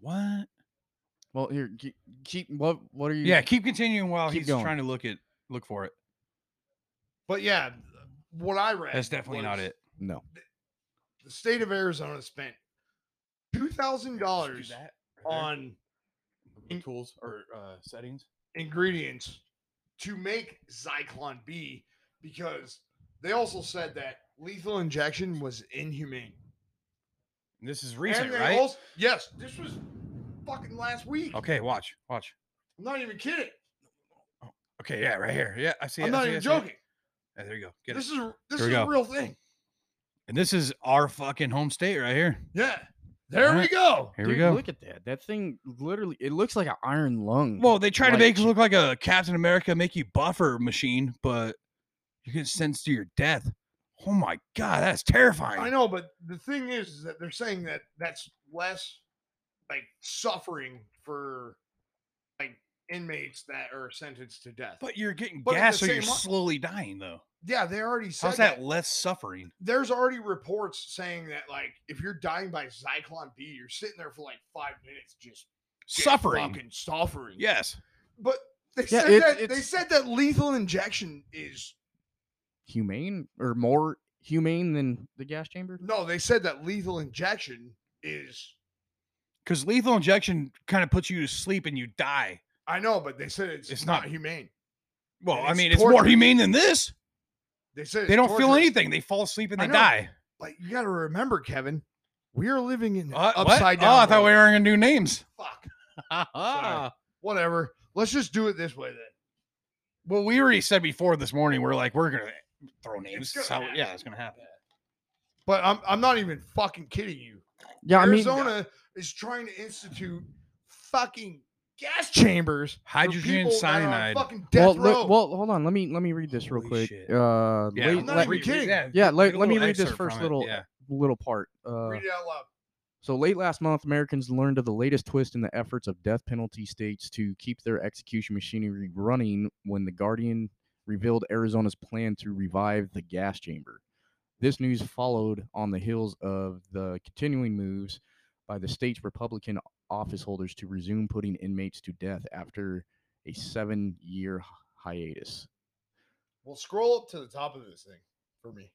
Speaker 2: What?
Speaker 3: Well, here, keep, keep what what are you?
Speaker 2: Yeah, keep continuing while
Speaker 3: Keep
Speaker 2: he's
Speaker 3: going.
Speaker 2: trying to look at look for it.
Speaker 1: But yeah, what I read
Speaker 2: That's definitely not
Speaker 1: was
Speaker 2: it.
Speaker 3: no.
Speaker 1: The state of Arizona spent two thousand
Speaker 2: Just
Speaker 1: dollars
Speaker 2: do that right there.
Speaker 1: on in-
Speaker 2: tools or uh, settings.
Speaker 1: ingredients to make Zyklon B because they also said that lethal injection was inhumane.
Speaker 2: This is
Speaker 1: And
Speaker 2: recent,
Speaker 1: they
Speaker 2: right?
Speaker 1: also- yes, this was fucking last week.
Speaker 2: Okay, watch, watch.
Speaker 1: I'm not even kidding.
Speaker 2: Okay, yeah, right here. Yeah, I see.
Speaker 1: I'm
Speaker 2: it, I
Speaker 1: not
Speaker 2: see
Speaker 1: even
Speaker 2: it, I see it.
Speaker 1: joking.
Speaker 2: Yeah, there you go. Get
Speaker 1: this
Speaker 2: it.
Speaker 1: is a- this is
Speaker 2: Here we
Speaker 1: a
Speaker 2: go.
Speaker 1: real thing.
Speaker 2: And this is our fucking home state right here.
Speaker 1: Yeah. There we
Speaker 2: Alright.
Speaker 1: go.
Speaker 2: Here we
Speaker 3: Dude,
Speaker 2: go.
Speaker 3: Look at that. That thing literally, it looks like an iron lung.
Speaker 2: Well, they try to
Speaker 3: Like-
Speaker 2: make you look like a Captain America, make you buffer machine, but you get sentenced to your death. Oh my god, that's terrifying.
Speaker 1: I know, but the thing is, is that they're saying that that's less like suffering for like inmates that are sentenced to death.
Speaker 2: But you're getting
Speaker 1: But at the
Speaker 2: gas, so you're
Speaker 1: same lo-
Speaker 2: slowly dying though.
Speaker 1: yeah, they already said
Speaker 2: How's that less suffering?
Speaker 1: There's already reports saying that like if you're dying by Zyklon B, you're sitting there for like five minutes just just
Speaker 2: Suffering.
Speaker 1: fucking suffering.
Speaker 2: Yes.
Speaker 1: but they
Speaker 3: Yeah,
Speaker 1: said
Speaker 3: it-
Speaker 1: that they
Speaker 3: it's-
Speaker 1: said that lethal injection is
Speaker 3: humane or more humane than the gas chamber?
Speaker 1: no. They said that lethal injection is
Speaker 2: Because lethal injection kind of puts you to sleep and you die.
Speaker 1: I know, but they said it's,
Speaker 2: It's
Speaker 1: not,
Speaker 2: not-
Speaker 1: humane.
Speaker 2: Well,
Speaker 1: And
Speaker 2: I
Speaker 1: it's
Speaker 2: mean, it's more
Speaker 1: torture.
Speaker 2: humane than this.
Speaker 1: They said
Speaker 2: They
Speaker 1: it's
Speaker 2: don't feel
Speaker 1: torture.
Speaker 2: anything. They fall asleep and
Speaker 1: I know.
Speaker 2: they die.
Speaker 1: Like you got to remember, Kevin, we are living in an
Speaker 2: Uh, what?
Speaker 1: upside down.
Speaker 2: Oh, I thought
Speaker 1: world.
Speaker 2: we were going to
Speaker 1: [LAUGHS]
Speaker 2: do names.
Speaker 1: Fuck. Whatever. Let's just do it this way then.
Speaker 2: Well, we already said before this morning, we're like, we're going to throw names.
Speaker 1: gonna
Speaker 2: It's how-
Speaker 1: happen.
Speaker 2: yeah, it's going to happen.
Speaker 1: But I'm I'm not even fucking kidding you.
Speaker 3: Yeah, I mean,
Speaker 1: Arizona is trying to institute fucking gas chambers. for
Speaker 2: Hydrogen
Speaker 1: people that are on
Speaker 2: cyanide.
Speaker 1: Fucking death
Speaker 3: well,
Speaker 1: row.
Speaker 3: look, well, hold on. Let me let me read this real
Speaker 2: Holy
Speaker 3: quick.
Speaker 2: shit.
Speaker 3: Uh,
Speaker 2: Yeah,
Speaker 3: late-
Speaker 1: I'm not
Speaker 3: la-
Speaker 1: even kidding.
Speaker 3: Yeah,
Speaker 2: read-
Speaker 3: let-
Speaker 2: a
Speaker 3: let me
Speaker 2: little
Speaker 3: read this
Speaker 2: excerpt from
Speaker 3: first
Speaker 2: it,
Speaker 3: little-
Speaker 2: Yeah.
Speaker 1: Oh.
Speaker 3: little part. Uh,
Speaker 1: Read it out loud.
Speaker 3: So late last month, Americans learned of the latest twist in the efforts of death penalty states to keep their execution machinery running when The Guardian revealed Arizona's plan to revive the gas chamber. This news followed on the heels of the continuing moves by the state's Republican office holders to resume putting inmates to death after a seven year hiatus.
Speaker 1: Well, scroll up to the top of this thing for me.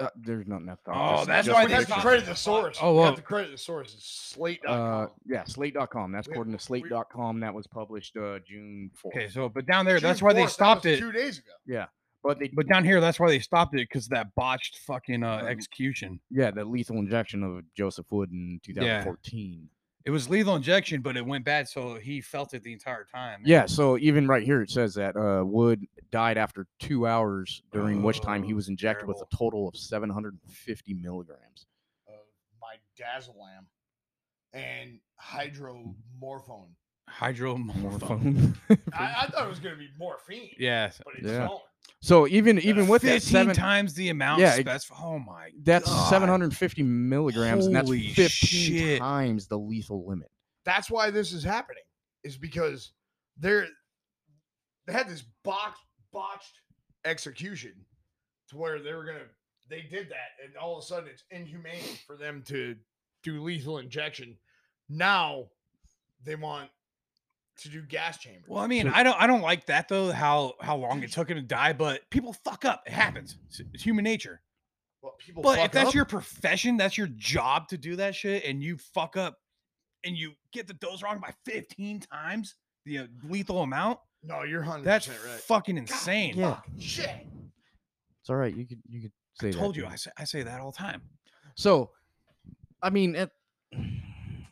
Speaker 3: Uh, there's nothing at the
Speaker 2: Oh,
Speaker 3: just-
Speaker 2: that's
Speaker 3: just
Speaker 2: why
Speaker 1: You
Speaker 3: the
Speaker 1: have
Speaker 2: that's
Speaker 3: picture.
Speaker 1: to
Speaker 2: not-
Speaker 1: credit the source.
Speaker 2: Oh,
Speaker 1: you
Speaker 2: well.
Speaker 1: have to credit the source. It's slate.com.
Speaker 3: Uh, yeah, slate.com. That's
Speaker 1: We-
Speaker 3: according to
Speaker 1: we-
Speaker 3: slate.com. That was published uh, June 4th.
Speaker 2: Okay, so, but down there,
Speaker 1: June
Speaker 2: that's why they
Speaker 1: 4th, that
Speaker 2: stopped
Speaker 1: was
Speaker 2: it.
Speaker 1: two days ago.
Speaker 3: But they,
Speaker 2: But down here, that's why they stopped it because that botched fucking uh,
Speaker 3: Um,
Speaker 2: execution.
Speaker 3: yeah, the lethal injection of Joseph Wood in 2014.
Speaker 2: It was lethal injection, but it went bad, so he felt it the entire time.
Speaker 3: Yeah. so even right here it says that uh, Wood died after two hours, during which time he
Speaker 2: Oh,
Speaker 3: was injected with a
Speaker 2: terrible.
Speaker 3: total of 750 milligrams.
Speaker 1: of my dazzlam and hydromorphone.
Speaker 2: hydromorphone.
Speaker 3: Morphone.
Speaker 1: I, I thought it was going to be morphine.
Speaker 2: Yeah,
Speaker 1: But it's yeah.
Speaker 3: Yeah. [LAUGHS] so even even with that
Speaker 2: 15
Speaker 3: seven,
Speaker 2: times the amount
Speaker 3: Yeah,
Speaker 2: yeah,
Speaker 3: it-
Speaker 2: oh my
Speaker 3: that's
Speaker 2: God.
Speaker 3: 750 milligrams, and that's
Speaker 2: Holy
Speaker 3: 15
Speaker 2: shit.
Speaker 3: times the lethal limit.
Speaker 1: That's why this is happening, is because they're they had this botched botched execution to where they were gonna they did that, and all of a sudden it's inhumane for them to do lethal injection. Now they want to do gas chamber.
Speaker 2: well i mean
Speaker 3: So-
Speaker 2: i don't i don't like that though how how long it took him to die but people fuck up it happens it's, it's human nature
Speaker 1: What people
Speaker 2: but if
Speaker 1: fuck
Speaker 2: that's
Speaker 1: up?
Speaker 2: your profession that's your job to do that shit and you fuck up and you get the dose wrong by 15 times the uh, lethal amount
Speaker 1: no, you're hundred
Speaker 2: that's
Speaker 1: percent right.
Speaker 2: fucking
Speaker 1: God,
Speaker 2: insane
Speaker 3: Yeah.
Speaker 1: fucking shit.
Speaker 3: It's all right. You could you could say
Speaker 2: i
Speaker 3: that,
Speaker 2: told you
Speaker 3: dude.
Speaker 2: I say, I say that all the time
Speaker 3: So, I mean, it,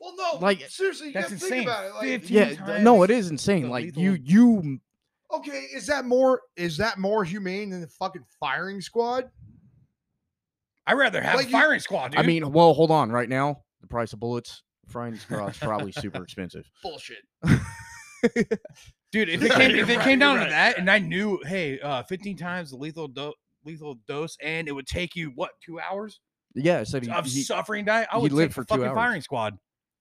Speaker 1: Well, no,
Speaker 3: Like,
Speaker 1: like seriously, you
Speaker 2: that's
Speaker 1: gotta think about it.
Speaker 2: insane.
Speaker 1: Like,
Speaker 2: 50
Speaker 3: yeah, th- no, it
Speaker 2: times
Speaker 3: is insane.
Speaker 2: the
Speaker 3: Like
Speaker 2: lethal-
Speaker 3: you, you,
Speaker 1: okay, is that more is that more humane than the fucking firing squad?
Speaker 2: i'd rather have
Speaker 1: Like
Speaker 2: a
Speaker 1: you-
Speaker 2: firing squad dude.
Speaker 3: I mean, well, hold on. Right now, the price of bullets, frying
Speaker 2: [LAUGHS]
Speaker 3: squad's probably super expensive.
Speaker 1: Bullshit.
Speaker 2: Dude, if
Speaker 1: [LAUGHS]
Speaker 2: it
Speaker 1: Yeah,
Speaker 2: came
Speaker 1: you're
Speaker 2: if it
Speaker 1: right,
Speaker 2: came
Speaker 1: you're
Speaker 2: down
Speaker 1: right,
Speaker 2: to that,
Speaker 1: you're
Speaker 2: and I knew, hey, uh, 15 times the lethal dose, lethal dose, and it would take you what two hours
Speaker 3: Yeah, so he,
Speaker 2: of
Speaker 3: he-
Speaker 2: suffering die, I
Speaker 3: he
Speaker 2: would
Speaker 3: lived
Speaker 2: live for
Speaker 3: for two
Speaker 2: fucking
Speaker 3: hours.
Speaker 2: firing squad,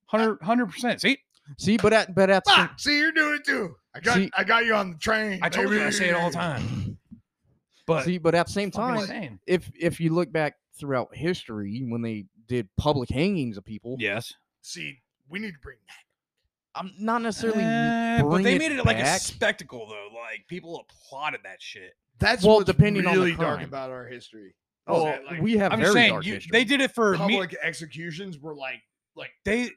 Speaker 2: 100 percent. See,
Speaker 3: see, but at but at the same-
Speaker 1: Ah, see, you're doing it too. I got
Speaker 3: See-
Speaker 1: I got you on the train.
Speaker 2: I told you I say it all the
Speaker 1: baby.
Speaker 3: [CLEARS THROAT]
Speaker 2: time, but
Speaker 3: see, but at the same
Speaker 2: fucking
Speaker 3: time,
Speaker 2: insane.
Speaker 3: if if you look back throughout history when they did public hangings of people,
Speaker 2: yes,
Speaker 1: See, we need to bring that.
Speaker 3: I'm not necessarily.
Speaker 2: Uh, but
Speaker 3: bring
Speaker 2: they
Speaker 3: it
Speaker 2: made it like a
Speaker 3: back.
Speaker 2: spectacle though. Like people applauded that shit.
Speaker 1: That's
Speaker 3: Well,
Speaker 1: what's
Speaker 3: depending on the
Speaker 1: really dark
Speaker 3: crime.
Speaker 1: about our history.
Speaker 3: oh,
Speaker 1: that, like,
Speaker 3: we have
Speaker 2: I'm
Speaker 3: very
Speaker 2: just saying
Speaker 3: dark
Speaker 2: you,
Speaker 3: history.
Speaker 2: they did it for me.
Speaker 1: Public executions were like like
Speaker 2: They
Speaker 1: everybody,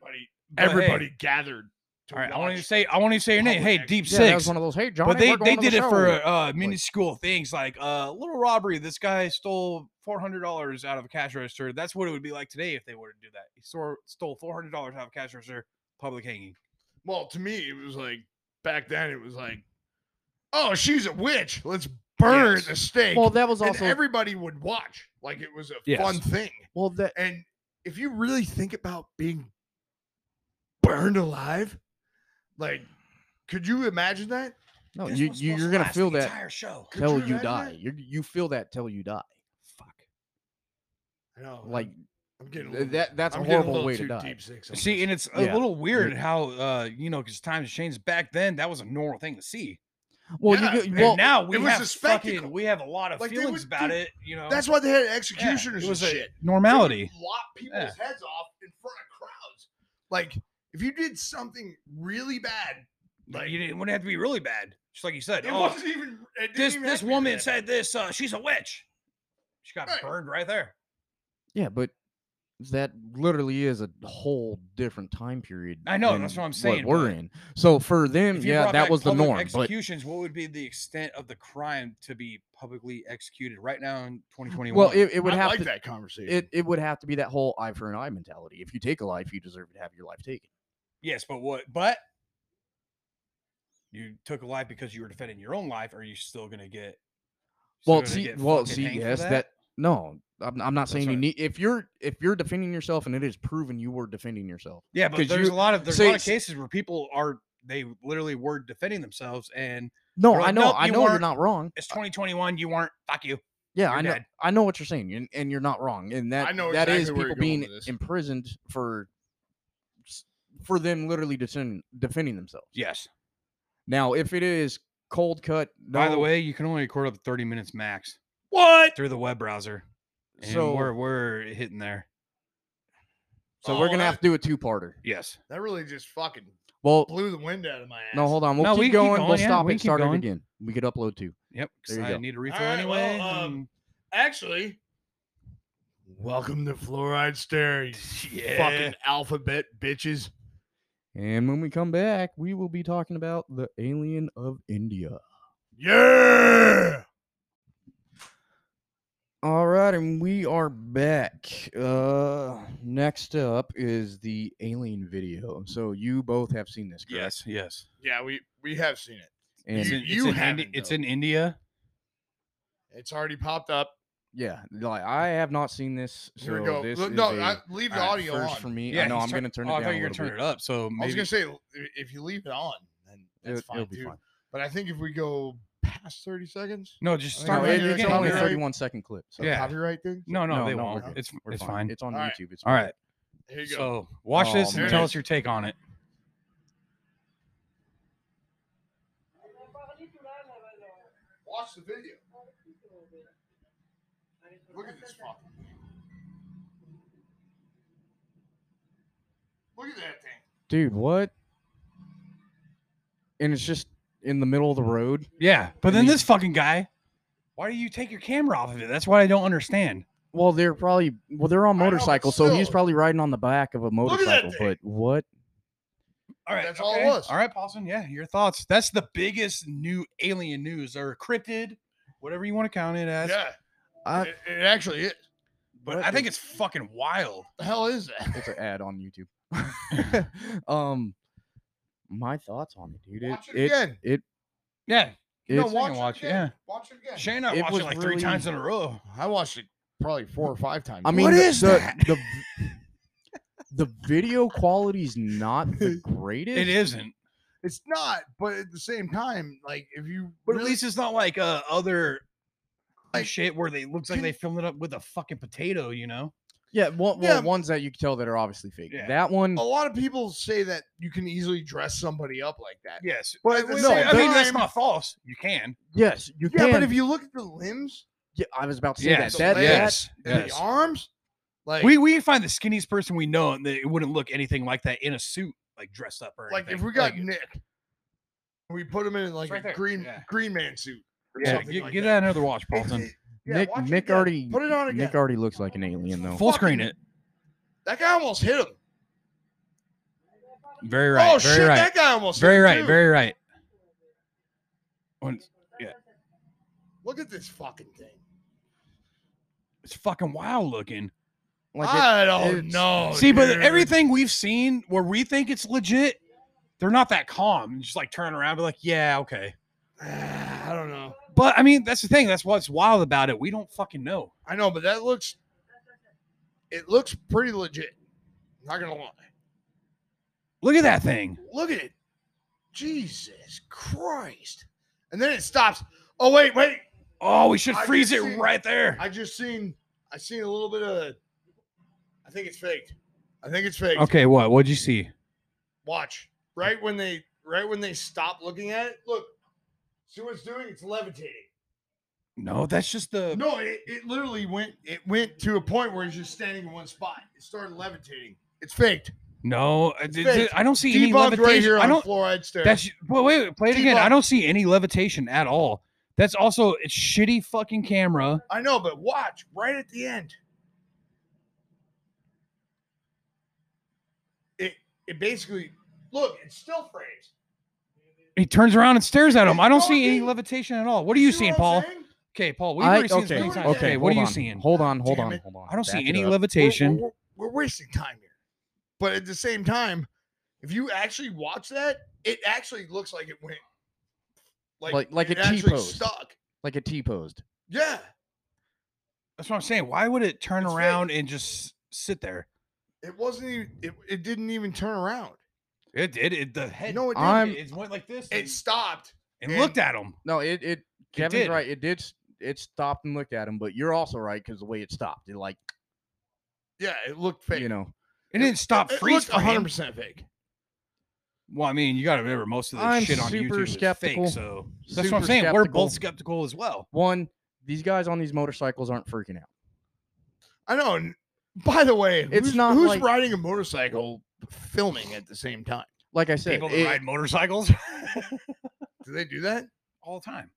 Speaker 2: but hey,
Speaker 1: everybody gathered. To
Speaker 2: all right, I
Speaker 1: watch.
Speaker 2: want to say I want to say your name.
Speaker 1: public
Speaker 2: Hey,
Speaker 1: ex-
Speaker 2: Deep
Speaker 3: yeah,
Speaker 2: Six.
Speaker 3: that was one of those. Hey, Johnny,
Speaker 2: but they,
Speaker 3: we're
Speaker 2: they
Speaker 3: going to
Speaker 2: did
Speaker 3: the
Speaker 2: it for
Speaker 3: show."
Speaker 2: uh, minuscule things like uh, little robbery. This guy stole four hundred dollars out of a cash register. That's what it would be like today if they were to do that. He store, stole four hundred dollars out of a cash register, public hanging.
Speaker 1: well, to me, it was like back then. It was like, oh, she's a witch. Let's burn
Speaker 2: Yes.
Speaker 1: at the stake.
Speaker 3: Well, that was
Speaker 1: and
Speaker 3: also
Speaker 1: everybody would watch like it was a
Speaker 2: Yes.
Speaker 1: fun thing.
Speaker 3: well that
Speaker 1: And if you really think about being burned alive, like, could you imagine that?
Speaker 3: no,
Speaker 2: This
Speaker 3: you,
Speaker 2: one's
Speaker 3: you
Speaker 2: supposed
Speaker 3: you're
Speaker 2: to
Speaker 3: gonna
Speaker 2: last
Speaker 3: feel
Speaker 2: the
Speaker 3: that
Speaker 2: entire show.
Speaker 1: Could
Speaker 3: till
Speaker 1: you
Speaker 3: you
Speaker 1: imagine
Speaker 3: die.
Speaker 1: that?
Speaker 3: You you feel that till you die.
Speaker 2: Fuck.
Speaker 1: I know.
Speaker 3: Like
Speaker 1: I'm getting a
Speaker 3: th-
Speaker 1: little-
Speaker 3: that that's
Speaker 1: I'm
Speaker 3: a
Speaker 1: getting
Speaker 3: horrible
Speaker 1: little
Speaker 3: way to
Speaker 1: too
Speaker 3: die.
Speaker 1: Deep six on
Speaker 2: See,
Speaker 1: this.
Speaker 2: and it's a
Speaker 3: Yeah.
Speaker 2: little weird how uh you know because times have changed. Back then, that was a normal thing to see.
Speaker 3: Well,
Speaker 1: Yeah,
Speaker 3: you
Speaker 1: and
Speaker 3: go, well
Speaker 2: and now we
Speaker 1: it was
Speaker 2: have
Speaker 1: a
Speaker 2: fucking
Speaker 1: spectacle.
Speaker 2: we have a lot of
Speaker 1: Like, they
Speaker 2: feelings
Speaker 1: would
Speaker 2: about
Speaker 1: do-
Speaker 2: it. You know,
Speaker 1: that's why they had
Speaker 2: Yeah, it
Speaker 1: executioners
Speaker 2: was
Speaker 1: and
Speaker 2: a
Speaker 1: shit.
Speaker 2: normality.
Speaker 1: They would Lop people's heads off in front of crowds. Like if you did something really bad,
Speaker 2: Like
Speaker 1: Like-
Speaker 2: you didn't, wouldn't have to be really bad. Just like you said,
Speaker 1: it
Speaker 2: oh,
Speaker 1: wasn't even. It didn't
Speaker 2: this
Speaker 1: even have
Speaker 2: this
Speaker 1: to be
Speaker 2: woman
Speaker 1: that
Speaker 2: said this. Uh, she's a witch. She got
Speaker 1: Right.
Speaker 2: burned right there.
Speaker 3: yeah, but that literally is a whole different time period.
Speaker 2: I know,
Speaker 3: than
Speaker 2: that's what I'm saying,
Speaker 3: we're
Speaker 2: but
Speaker 3: in. So for them,
Speaker 2: If you
Speaker 3: yeah,
Speaker 2: brought
Speaker 3: that
Speaker 2: back
Speaker 3: was the
Speaker 2: public
Speaker 3: norm. But
Speaker 2: Executions. What would be the extent of the crime to be publicly executed right now in 2021?
Speaker 3: well, it, it would
Speaker 1: I
Speaker 3: have
Speaker 1: like
Speaker 3: to
Speaker 1: that conversation.
Speaker 3: it, it would have to be that whole eye for an eye mentality. If you take a life, you deserve to have your life taken.
Speaker 2: yes, but what? But you took a life because you were defending your own life. Are you still gonna get? still
Speaker 3: Well,
Speaker 2: gonna
Speaker 3: see,
Speaker 2: get
Speaker 3: well,
Speaker 2: fucking
Speaker 3: see,
Speaker 2: hanged for
Speaker 3: yes, that? no, I'm, I'm not saying you
Speaker 2: what-
Speaker 3: need. If you're if you're defending yourself and it is proven you were defending yourself,
Speaker 2: Yeah, but
Speaker 3: 'Cause
Speaker 2: there's
Speaker 3: you-
Speaker 2: a lot of there's
Speaker 3: say
Speaker 2: a lot of
Speaker 3: s-
Speaker 2: cases where people are they literally were defending themselves, and
Speaker 3: no,
Speaker 2: You're
Speaker 3: I
Speaker 2: like,
Speaker 3: know,
Speaker 2: "Nope,
Speaker 3: I
Speaker 2: you
Speaker 3: know, you're
Speaker 2: weren't-
Speaker 3: not wrong.
Speaker 2: it's 2021. You weren't. Fuck you.
Speaker 3: Yeah,
Speaker 2: you're
Speaker 3: I know,
Speaker 2: dead.
Speaker 3: I know what you're saying, and, and you're not wrong. And that
Speaker 1: know
Speaker 3: that is
Speaker 1: exactly where
Speaker 3: people
Speaker 1: you're going
Speaker 3: being
Speaker 1: with this.
Speaker 3: imprisoned for s- for them literally defending defending themselves.
Speaker 2: Yes.
Speaker 3: Now, if it is cold cut, no,
Speaker 2: By the way, you can only record up to 30 minutes max
Speaker 1: what?
Speaker 2: through the web browser. And
Speaker 3: so
Speaker 2: we're we're hitting there.
Speaker 3: so we're
Speaker 1: Oh,
Speaker 3: gonna
Speaker 1: that-
Speaker 3: have to do a two parter.
Speaker 2: Yes.
Speaker 1: That really just fucking
Speaker 3: Well,
Speaker 1: blew the wind out of my ass.
Speaker 3: no, hold on, we'll
Speaker 2: No,
Speaker 3: keep,
Speaker 2: we can keep
Speaker 3: going. We'll
Speaker 2: going, yeah,
Speaker 3: stop
Speaker 2: we can
Speaker 3: it, and
Speaker 2: keep
Speaker 3: start it
Speaker 2: going.
Speaker 3: again. We could upload two.
Speaker 2: Yep. 'cause
Speaker 3: There you
Speaker 2: I
Speaker 3: go.
Speaker 2: need a refill
Speaker 1: right,
Speaker 2: anyway.
Speaker 1: well, um,
Speaker 2: and-
Speaker 1: Actually, welcome to Fluoride Stare, [LAUGHS] you
Speaker 2: yeah.
Speaker 1: fucking alphabet bitches.
Speaker 3: And when we come back, we will be talking about the alien of India.
Speaker 1: Yeah.
Speaker 3: All right, and we are back. Uh next up is the alien video. So you both have seen this, correct?
Speaker 2: [LAUGHS] yes. Yes.
Speaker 1: Yeah, we we have seen it.
Speaker 3: And
Speaker 2: it's
Speaker 1: You-
Speaker 2: in, it's
Speaker 1: you
Speaker 2: in Indi-
Speaker 1: haven't,
Speaker 2: it's
Speaker 1: though.
Speaker 2: in India.
Speaker 1: It's already popped up.
Speaker 3: yeah, like I have not seen this. So
Speaker 1: Here we go.
Speaker 3: This
Speaker 1: Look,
Speaker 3: is
Speaker 1: no,
Speaker 3: a,
Speaker 1: I, leave the
Speaker 3: uh,
Speaker 1: audio
Speaker 3: first
Speaker 1: on.
Speaker 3: for me. I know
Speaker 2: he's
Speaker 3: I'm
Speaker 2: tur-
Speaker 3: going to turn
Speaker 2: oh,
Speaker 3: it
Speaker 2: I
Speaker 3: down.
Speaker 2: thought
Speaker 3: a
Speaker 2: you were
Speaker 3: little
Speaker 2: gonna turn
Speaker 3: bit.
Speaker 2: it up. So maybe
Speaker 1: I was gonna say i- if you leave it on, then that's
Speaker 3: It-
Speaker 1: fine
Speaker 3: it'll be
Speaker 1: too.
Speaker 3: fine.
Speaker 1: But I think if we go past thirty seconds,
Speaker 2: [LAUGHS] no,
Speaker 1: I
Speaker 2: just
Speaker 1: think
Speaker 2: start
Speaker 3: No,
Speaker 1: Sorry,
Speaker 2: right
Speaker 3: it,
Speaker 1: you're
Speaker 2: here
Speaker 3: it's
Speaker 2: again.
Speaker 1: gonna
Speaker 3: only a
Speaker 1: be right.
Speaker 3: 31 second clip. So
Speaker 1: the
Speaker 2: Yeah.
Speaker 1: copyright thing.
Speaker 2: No, no,
Speaker 3: No,
Speaker 2: they
Speaker 3: no,
Speaker 2: won't.
Speaker 3: we're good.
Speaker 2: It's
Speaker 3: we're
Speaker 2: it's
Speaker 3: fine.
Speaker 2: fine.
Speaker 3: It's on
Speaker 1: All right.
Speaker 3: YouTube. It's
Speaker 2: All right.
Speaker 1: Here you go.
Speaker 2: So watch
Speaker 3: Oh,
Speaker 2: this and
Speaker 1: man.
Speaker 2: tell us your take on it.
Speaker 1: Watch the video. Look at this fucking thing. Look at that thing.
Speaker 3: Dude, what? And it's just in the middle of the road.
Speaker 2: Yeah, but
Speaker 3: And
Speaker 2: then
Speaker 3: he's-
Speaker 2: this fucking guy. Why do you take your camera off of it? That's what I don't understand.
Speaker 3: Well, they're probably well, they're on
Speaker 1: I know, but
Speaker 3: motorcycles, so he's
Speaker 1: still.
Speaker 3: probably riding on the back of a
Speaker 1: at that
Speaker 3: motorcycle.
Speaker 1: thing.
Speaker 3: But what?
Speaker 2: All right,
Speaker 1: That's all it
Speaker 2: okay.
Speaker 1: was.
Speaker 2: All right, Paulson. Yeah, your thoughts. That's the biggest new alien news or cryptid, whatever you want to count it as.
Speaker 1: yeah,
Speaker 3: I,
Speaker 1: it, it actually is.
Speaker 2: But
Speaker 3: What
Speaker 2: I think it's
Speaker 3: is-
Speaker 2: fucking wild.
Speaker 1: The hell is that?
Speaker 3: it's an ad on YouTube. [LAUGHS] um, my thoughts on it, dude. It,
Speaker 1: Watch it,
Speaker 3: it-
Speaker 1: again.
Speaker 2: Yeah, you don't
Speaker 3: it's-
Speaker 2: watch, it. Yeah,
Speaker 1: Watch it again.
Speaker 2: Shane and I
Speaker 3: It
Speaker 2: watched
Speaker 3: was
Speaker 2: it like
Speaker 3: really-
Speaker 2: three times in a row.
Speaker 1: I watched it probably four or five times.
Speaker 3: I mean,
Speaker 2: What
Speaker 3: the-
Speaker 2: is
Speaker 3: the,
Speaker 2: that?
Speaker 3: The, v- the video quality's not the
Speaker 2: [LAUGHS]
Speaker 3: greatest.
Speaker 2: It isn't,
Speaker 1: it's not, but at the same time, like if you
Speaker 2: but at
Speaker 1: really-
Speaker 2: least it's not like uh, other
Speaker 1: Like,
Speaker 2: shit where they looks like
Speaker 1: can-
Speaker 2: they filmed it up with a fucking potato. You know?
Speaker 3: Yeah, well, well,
Speaker 1: Yeah.
Speaker 3: ones that you can tell that are obviously fake.
Speaker 2: Yeah. Oh.
Speaker 3: That one,
Speaker 1: a lot of people say that you can easily dress somebody up like that.
Speaker 2: Yes.
Speaker 1: But
Speaker 2: I-
Speaker 1: at the
Speaker 2: I-
Speaker 1: same
Speaker 2: I mean that's
Speaker 1: time-
Speaker 2: not false. You can.
Speaker 3: yes, you
Speaker 1: Yeah,
Speaker 3: can.
Speaker 1: but if you look at the limbs,
Speaker 3: yeah, I was about to say
Speaker 2: Yes.
Speaker 3: that. That,
Speaker 2: yes.
Speaker 1: and
Speaker 2: yes.
Speaker 1: the arms, like
Speaker 2: we we find the skinniest person we know, and they, it wouldn't look anything like that in a suit, like dressed up or
Speaker 1: like if
Speaker 2: anything.
Speaker 1: we got
Speaker 2: Like,
Speaker 1: Nick, and we put him in like
Speaker 2: It's right
Speaker 1: a
Speaker 2: there,
Speaker 1: green
Speaker 2: yeah.
Speaker 1: green man suit. or
Speaker 2: yeah,
Speaker 1: something
Speaker 2: get,
Speaker 1: like
Speaker 2: get
Speaker 1: that.
Speaker 2: that another watch,
Speaker 1: It's-
Speaker 2: Paulson.
Speaker 1: it- [LAUGHS] yeah,
Speaker 3: Nick-
Speaker 1: watch it
Speaker 3: Nick
Speaker 1: again.
Speaker 3: already-
Speaker 1: put it on
Speaker 3: that
Speaker 1: again.
Speaker 3: Nick already looks like an alien though.
Speaker 2: Full screen it.
Speaker 1: fucking- that guy almost hit him.
Speaker 2: Very right.
Speaker 1: oh
Speaker 2: very
Speaker 1: shit,
Speaker 2: right.
Speaker 1: that guy almost
Speaker 2: Very
Speaker 1: hit him
Speaker 2: right.
Speaker 1: too.
Speaker 2: Very right. When it's-
Speaker 1: Look at this fucking thing.
Speaker 2: It's fucking wild looking.
Speaker 3: Like it-
Speaker 1: I don't
Speaker 3: it's-
Speaker 1: know.
Speaker 2: See, but
Speaker 1: Oh, dude.
Speaker 2: everything we've seen where we think it's legit, they're not that calm. Just like turn around, and be like, yeah, okay.
Speaker 1: [SIGHS] I don't know.
Speaker 2: But I mean, that's the thing. That's what's wild about it. We don't fucking know.
Speaker 1: I know, but that looks it looks pretty legit. Not gonna lie.
Speaker 2: Look at that thing.
Speaker 1: Look at it. Jesus Christ. And then it stops. Oh wait, wait.
Speaker 2: Oh, we should
Speaker 1: I
Speaker 2: freeze it
Speaker 1: just seen-
Speaker 2: right there.
Speaker 1: I just seen I seen a little bit of I think it's faked. I think it's faked.
Speaker 2: okay, what? What'd you see?
Speaker 1: Watch. Right when they right when they stop looking at it, look. See what it's doing? It's levitating.
Speaker 2: No, that's just the.
Speaker 1: No, it, it literally went it went to a point where it's just standing in one spot. It started levitating. It's faked.
Speaker 2: No, I, did-
Speaker 1: fake.
Speaker 2: I don't see any
Speaker 1: Debunked
Speaker 2: levitation.
Speaker 1: right here
Speaker 2: I
Speaker 1: on
Speaker 2: don't.
Speaker 1: fluoride stairs.
Speaker 2: That's. But wait, wait, play it again. I
Speaker 1: Debunked.
Speaker 2: don't see any levitation at all. That's also it's shitty fucking camera.
Speaker 1: I know, but watch right at the end. It it basically look, it's still frames.
Speaker 2: He turns around and stares at him. I don't
Speaker 1: No,
Speaker 2: see
Speaker 1: I
Speaker 2: any
Speaker 1: mean-
Speaker 2: levitation at all. What are you seeing,
Speaker 1: what I'm
Speaker 2: Paul?
Speaker 1: saying?
Speaker 2: Okay, Paul. We've
Speaker 3: I-
Speaker 2: already seen this
Speaker 3: okay,
Speaker 2: many times.
Speaker 3: okay.
Speaker 2: Okay, what are you
Speaker 3: hold on.
Speaker 2: seeing?
Speaker 3: Hold on, hold
Speaker 1: Damn
Speaker 3: on,
Speaker 1: it.
Speaker 3: hold on.
Speaker 2: I don't see
Speaker 3: Back it
Speaker 2: any
Speaker 3: up.
Speaker 1: We're-
Speaker 2: levitation.
Speaker 1: We're, we're- we're wasting time here. But at the same time, if you actually watch that, it actually looks like it went
Speaker 3: Like- like
Speaker 1: it
Speaker 3: a
Speaker 1: actually
Speaker 3: T-pose.
Speaker 1: stuck.
Speaker 3: like a T posed.
Speaker 1: Yeah.
Speaker 2: That's what I'm saying. Why would it turn
Speaker 1: It's fake.
Speaker 2: around and just sit there?
Speaker 1: It wasn't even it, it didn't even turn around.
Speaker 2: It did. It, the head.
Speaker 1: No, it didn't.
Speaker 3: I'm-
Speaker 2: it went like this.
Speaker 1: it stopped.
Speaker 2: and looked at him.
Speaker 3: No, it it Kevin's
Speaker 2: did.
Speaker 3: right. It did s- it stopped and looked at him, but you're also right because the way it stopped, it like
Speaker 1: Yeah, it looked fake.
Speaker 3: you know.
Speaker 2: It didn't stop
Speaker 1: it
Speaker 2: freeze
Speaker 1: looked 100
Speaker 2: frame.
Speaker 1: percent fake.
Speaker 2: Well, I mean, you got to remember most of the
Speaker 3: I'm
Speaker 2: shit on
Speaker 3: super
Speaker 2: YouTube
Speaker 3: skeptical.
Speaker 2: is fake. So that's what I'm
Speaker 3: Super
Speaker 2: saying. We're
Speaker 3: skeptical.
Speaker 2: both skeptical as well.
Speaker 3: One, these guys on these motorcycles aren't freaking out.
Speaker 1: I know. And by the way,
Speaker 3: It's
Speaker 1: who's,
Speaker 3: not
Speaker 1: who's
Speaker 3: like-
Speaker 1: riding a motorcycle filming at the same time.
Speaker 3: Like I said,
Speaker 2: People that
Speaker 3: it-
Speaker 2: ride motorcycles [LAUGHS]
Speaker 1: Do they do that?
Speaker 2: all the time.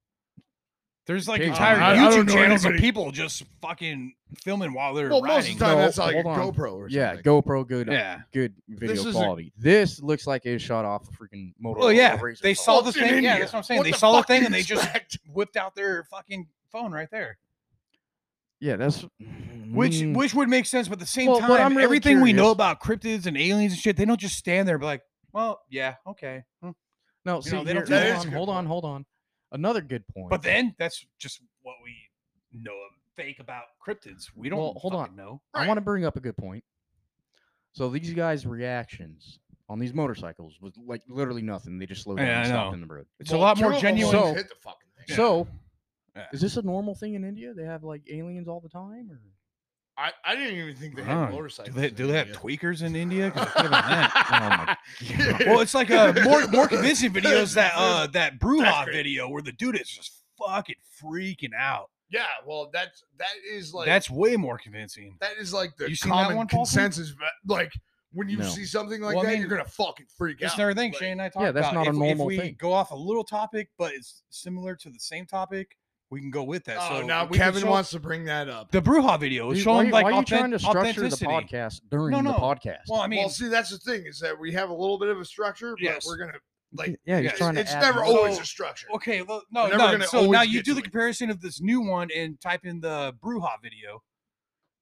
Speaker 2: There's like
Speaker 3: Big
Speaker 2: entire
Speaker 3: time. I- I
Speaker 1: don't
Speaker 2: YouTube
Speaker 1: know
Speaker 2: channels of
Speaker 1: anybody-
Speaker 2: people just fucking filming while they're
Speaker 1: Well, most
Speaker 2: riding.
Speaker 1: of the time
Speaker 3: No,
Speaker 1: that's like a
Speaker 3: hold on.
Speaker 1: GoPro or
Speaker 3: yeah,
Speaker 1: something.
Speaker 3: GoPro good
Speaker 2: yeah.
Speaker 3: good
Speaker 1: This
Speaker 3: video
Speaker 1: is a-
Speaker 3: quality. this looks like it was shot off a freaking motor.
Speaker 2: Well, yeah,
Speaker 3: Razor
Speaker 2: they
Speaker 3: phone.
Speaker 2: saw
Speaker 1: Well,
Speaker 2: the
Speaker 1: it's in
Speaker 2: thing. Yeah,
Speaker 1: India.
Speaker 2: that's what I'm saying.
Speaker 1: What
Speaker 2: they
Speaker 1: the
Speaker 2: saw the
Speaker 1: fuck do
Speaker 2: thing
Speaker 1: you
Speaker 2: and they just
Speaker 1: expect?
Speaker 2: whipped out their fucking phone right there.
Speaker 3: Yeah, that's
Speaker 2: Which
Speaker 3: Mm,
Speaker 2: which would make sense, but at the same
Speaker 3: Well, what
Speaker 2: time,
Speaker 3: I'm really
Speaker 2: everything we know
Speaker 3: curious-
Speaker 2: about cryptids and aliens and shit, they don't just stand there and be like, well, yeah, okay. hmm."
Speaker 3: no,
Speaker 2: you
Speaker 3: see,
Speaker 2: know, they don't
Speaker 3: here-
Speaker 1: do that. That is
Speaker 3: hold on,
Speaker 1: a
Speaker 3: hold
Speaker 1: good
Speaker 3: on, hold on. Another good point.
Speaker 2: But then that's just what we know of fake about cryptids. We don't
Speaker 3: Well, hold on.
Speaker 2: fucking know.
Speaker 3: I want to bring up a good point. So these guys' reactions on these motorcycles was like literally nothing. They just slowed down
Speaker 2: Yeah,
Speaker 3: and
Speaker 2: I
Speaker 3: stopped
Speaker 2: know.
Speaker 3: in the road.
Speaker 2: It's a lot more
Speaker 1: two of them
Speaker 2: genuine.
Speaker 1: almost
Speaker 3: So-
Speaker 1: hit the fucking thing.
Speaker 2: Yeah.
Speaker 3: So,
Speaker 2: Yeah.
Speaker 3: is this a normal thing in India? They have like aliens all the time, or
Speaker 1: I, I didn't even think they had
Speaker 2: Huh.
Speaker 1: motorcycles.
Speaker 2: do they,
Speaker 1: in
Speaker 2: do they have
Speaker 1: India.
Speaker 2: tweakers in India? 'Cause I could've done
Speaker 1: [LAUGHS]
Speaker 2: that. oh
Speaker 1: my
Speaker 2: well, it's like uh, more more convincing videos that uh that Bruja
Speaker 1: great.
Speaker 2: video where the dude is just fucking freaking out.
Speaker 1: yeah, well, that's that is like
Speaker 2: That's way more convincing.
Speaker 1: that is like the
Speaker 2: You seen that
Speaker 1: common
Speaker 2: one, Paulson?
Speaker 1: consensus. va- Like when you
Speaker 3: No.
Speaker 1: see something like
Speaker 2: Well, I
Speaker 1: that,
Speaker 2: mean,
Speaker 1: you're gonna fucking freak
Speaker 2: That's
Speaker 1: out.
Speaker 2: another thing,
Speaker 1: Like,
Speaker 2: Shane and I talked
Speaker 3: Yeah, that's
Speaker 2: about.
Speaker 3: not a
Speaker 2: if,
Speaker 3: normal
Speaker 2: if we
Speaker 3: thing.
Speaker 2: go off a little topic, but it's similar to the same topic, we can go with that.
Speaker 1: Oh,
Speaker 2: so
Speaker 1: now
Speaker 2: we can
Speaker 1: Kevin
Speaker 2: show-
Speaker 1: wants to bring that up.
Speaker 2: the Bruja video. It's
Speaker 3: Dude,
Speaker 2: showing
Speaker 3: why,
Speaker 2: like
Speaker 3: why are you
Speaker 2: authen-
Speaker 3: trying to structure the
Speaker 2: authenticity.
Speaker 3: podcast during
Speaker 2: no.
Speaker 3: the podcast?
Speaker 2: Well, I mean,
Speaker 1: well, see, that's the thing is that we have a little bit of a structure,
Speaker 2: Yes.
Speaker 1: but we're gonna like
Speaker 3: [LAUGHS] yeah, he's
Speaker 2: yes,
Speaker 3: trying to.
Speaker 1: it's
Speaker 3: add
Speaker 1: never
Speaker 3: more.
Speaker 2: So-
Speaker 1: always a structure.
Speaker 2: okay, well, no,
Speaker 1: We're never
Speaker 2: no.
Speaker 1: gonna
Speaker 2: So now
Speaker 1: always
Speaker 2: you
Speaker 1: get
Speaker 2: do
Speaker 1: to
Speaker 2: the
Speaker 1: it.
Speaker 2: comparison of this new one and type in the Bruja video,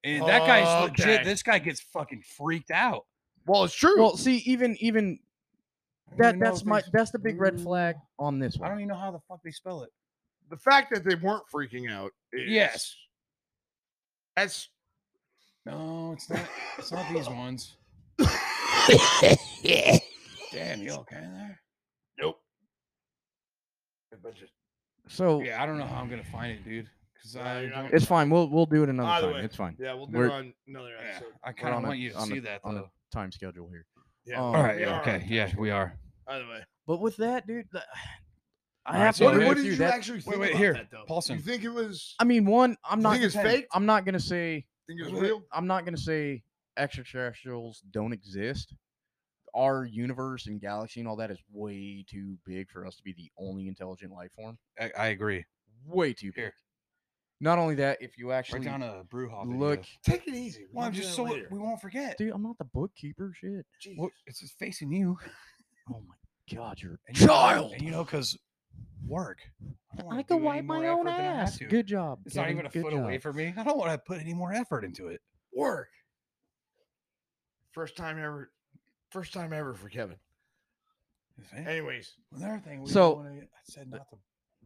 Speaker 2: and that guy's legit.
Speaker 1: Oh, Okay.
Speaker 2: This guy gets fucking freaked out.
Speaker 1: Well, it's true.
Speaker 3: Well, see, even even
Speaker 2: I don't
Speaker 3: that
Speaker 2: even know
Speaker 3: that's
Speaker 2: if
Speaker 3: my
Speaker 2: they-
Speaker 3: that's the big red flag on this
Speaker 2: I don't e
Speaker 3: one.
Speaker 2: even know how the fuck they spell it.
Speaker 1: the fact that they weren't freaking out. Is,
Speaker 2: Yes.
Speaker 1: that's
Speaker 2: No, it's not. It's not [LAUGHS] these ones. Damn, you okay there?
Speaker 1: nope.
Speaker 3: So
Speaker 2: Oh. Yeah, I don't know how I'm gonna find it, dude. Because
Speaker 1: No,
Speaker 2: I
Speaker 1: you're not
Speaker 2: don't-
Speaker 1: gonna
Speaker 3: it's fine. We'll we'll do it another
Speaker 1: Either
Speaker 3: time.
Speaker 1: way.
Speaker 3: It's fine.
Speaker 1: Yeah, we'll do
Speaker 3: We're-
Speaker 1: it on another
Speaker 2: yeah,
Speaker 1: episode.
Speaker 2: I
Speaker 3: We're
Speaker 2: kind of
Speaker 3: on a-
Speaker 2: want you to
Speaker 3: on a-
Speaker 2: see that
Speaker 3: on a
Speaker 2: though.
Speaker 3: Time schedule here.
Speaker 1: Yeah.
Speaker 3: Um,
Speaker 2: All right.
Speaker 1: we
Speaker 2: Yeah.
Speaker 1: are
Speaker 2: Okay.
Speaker 1: on
Speaker 2: Yeah, we are.
Speaker 1: Either way,
Speaker 3: But with that, dude, the- [SIGHS] I
Speaker 2: Alright,
Speaker 3: have
Speaker 2: so
Speaker 3: to.
Speaker 1: what,
Speaker 3: agree
Speaker 1: what
Speaker 3: with
Speaker 1: did
Speaker 3: you
Speaker 1: you
Speaker 3: That-
Speaker 1: actually think
Speaker 2: wait,
Speaker 1: about
Speaker 2: here,
Speaker 1: that though?
Speaker 2: Paulson.
Speaker 1: You think it was?
Speaker 3: I mean, one, I'm
Speaker 1: You
Speaker 3: not.
Speaker 1: think it's
Speaker 3: gonna-
Speaker 1: faked?
Speaker 3: I'm not gonna say.
Speaker 1: think it was real?
Speaker 3: I'm not gonna say extraterrestrials don't exist. Our universe and galaxy and all that is way too big for us to be the only intelligent life form.
Speaker 2: I, I agree.
Speaker 3: Way too big.
Speaker 2: Here.
Speaker 3: Not only that, if you
Speaker 2: Write
Speaker 3: actually
Speaker 2: down a Bruja video.
Speaker 3: look,
Speaker 1: Take it easy.
Speaker 2: Well, I'm
Speaker 1: can do
Speaker 2: just
Speaker 1: that
Speaker 2: so
Speaker 1: later.
Speaker 2: we won't forget.
Speaker 3: dude, I'm not the bookkeeper. Shit.
Speaker 1: Jesus.
Speaker 2: Well, it's just facing you.
Speaker 3: Oh my god,
Speaker 2: [LAUGHS]
Speaker 3: you're a
Speaker 2: And you know-
Speaker 3: child.
Speaker 2: and you know, because work. don't wanna
Speaker 3: I can
Speaker 2: do any
Speaker 3: wipe
Speaker 2: more
Speaker 3: my own
Speaker 2: effort than I have
Speaker 3: ass.
Speaker 2: to.
Speaker 3: Good job.
Speaker 2: It's not
Speaker 3: Kevin,
Speaker 2: even a
Speaker 3: good
Speaker 2: foot away
Speaker 3: job.
Speaker 2: from me. I don't want to put any more effort into it.
Speaker 1: work. First time ever. First time ever for Kevin.
Speaker 2: Is it?
Speaker 1: Anyways,
Speaker 2: Another thing. We
Speaker 3: So-
Speaker 2: want to, I said not to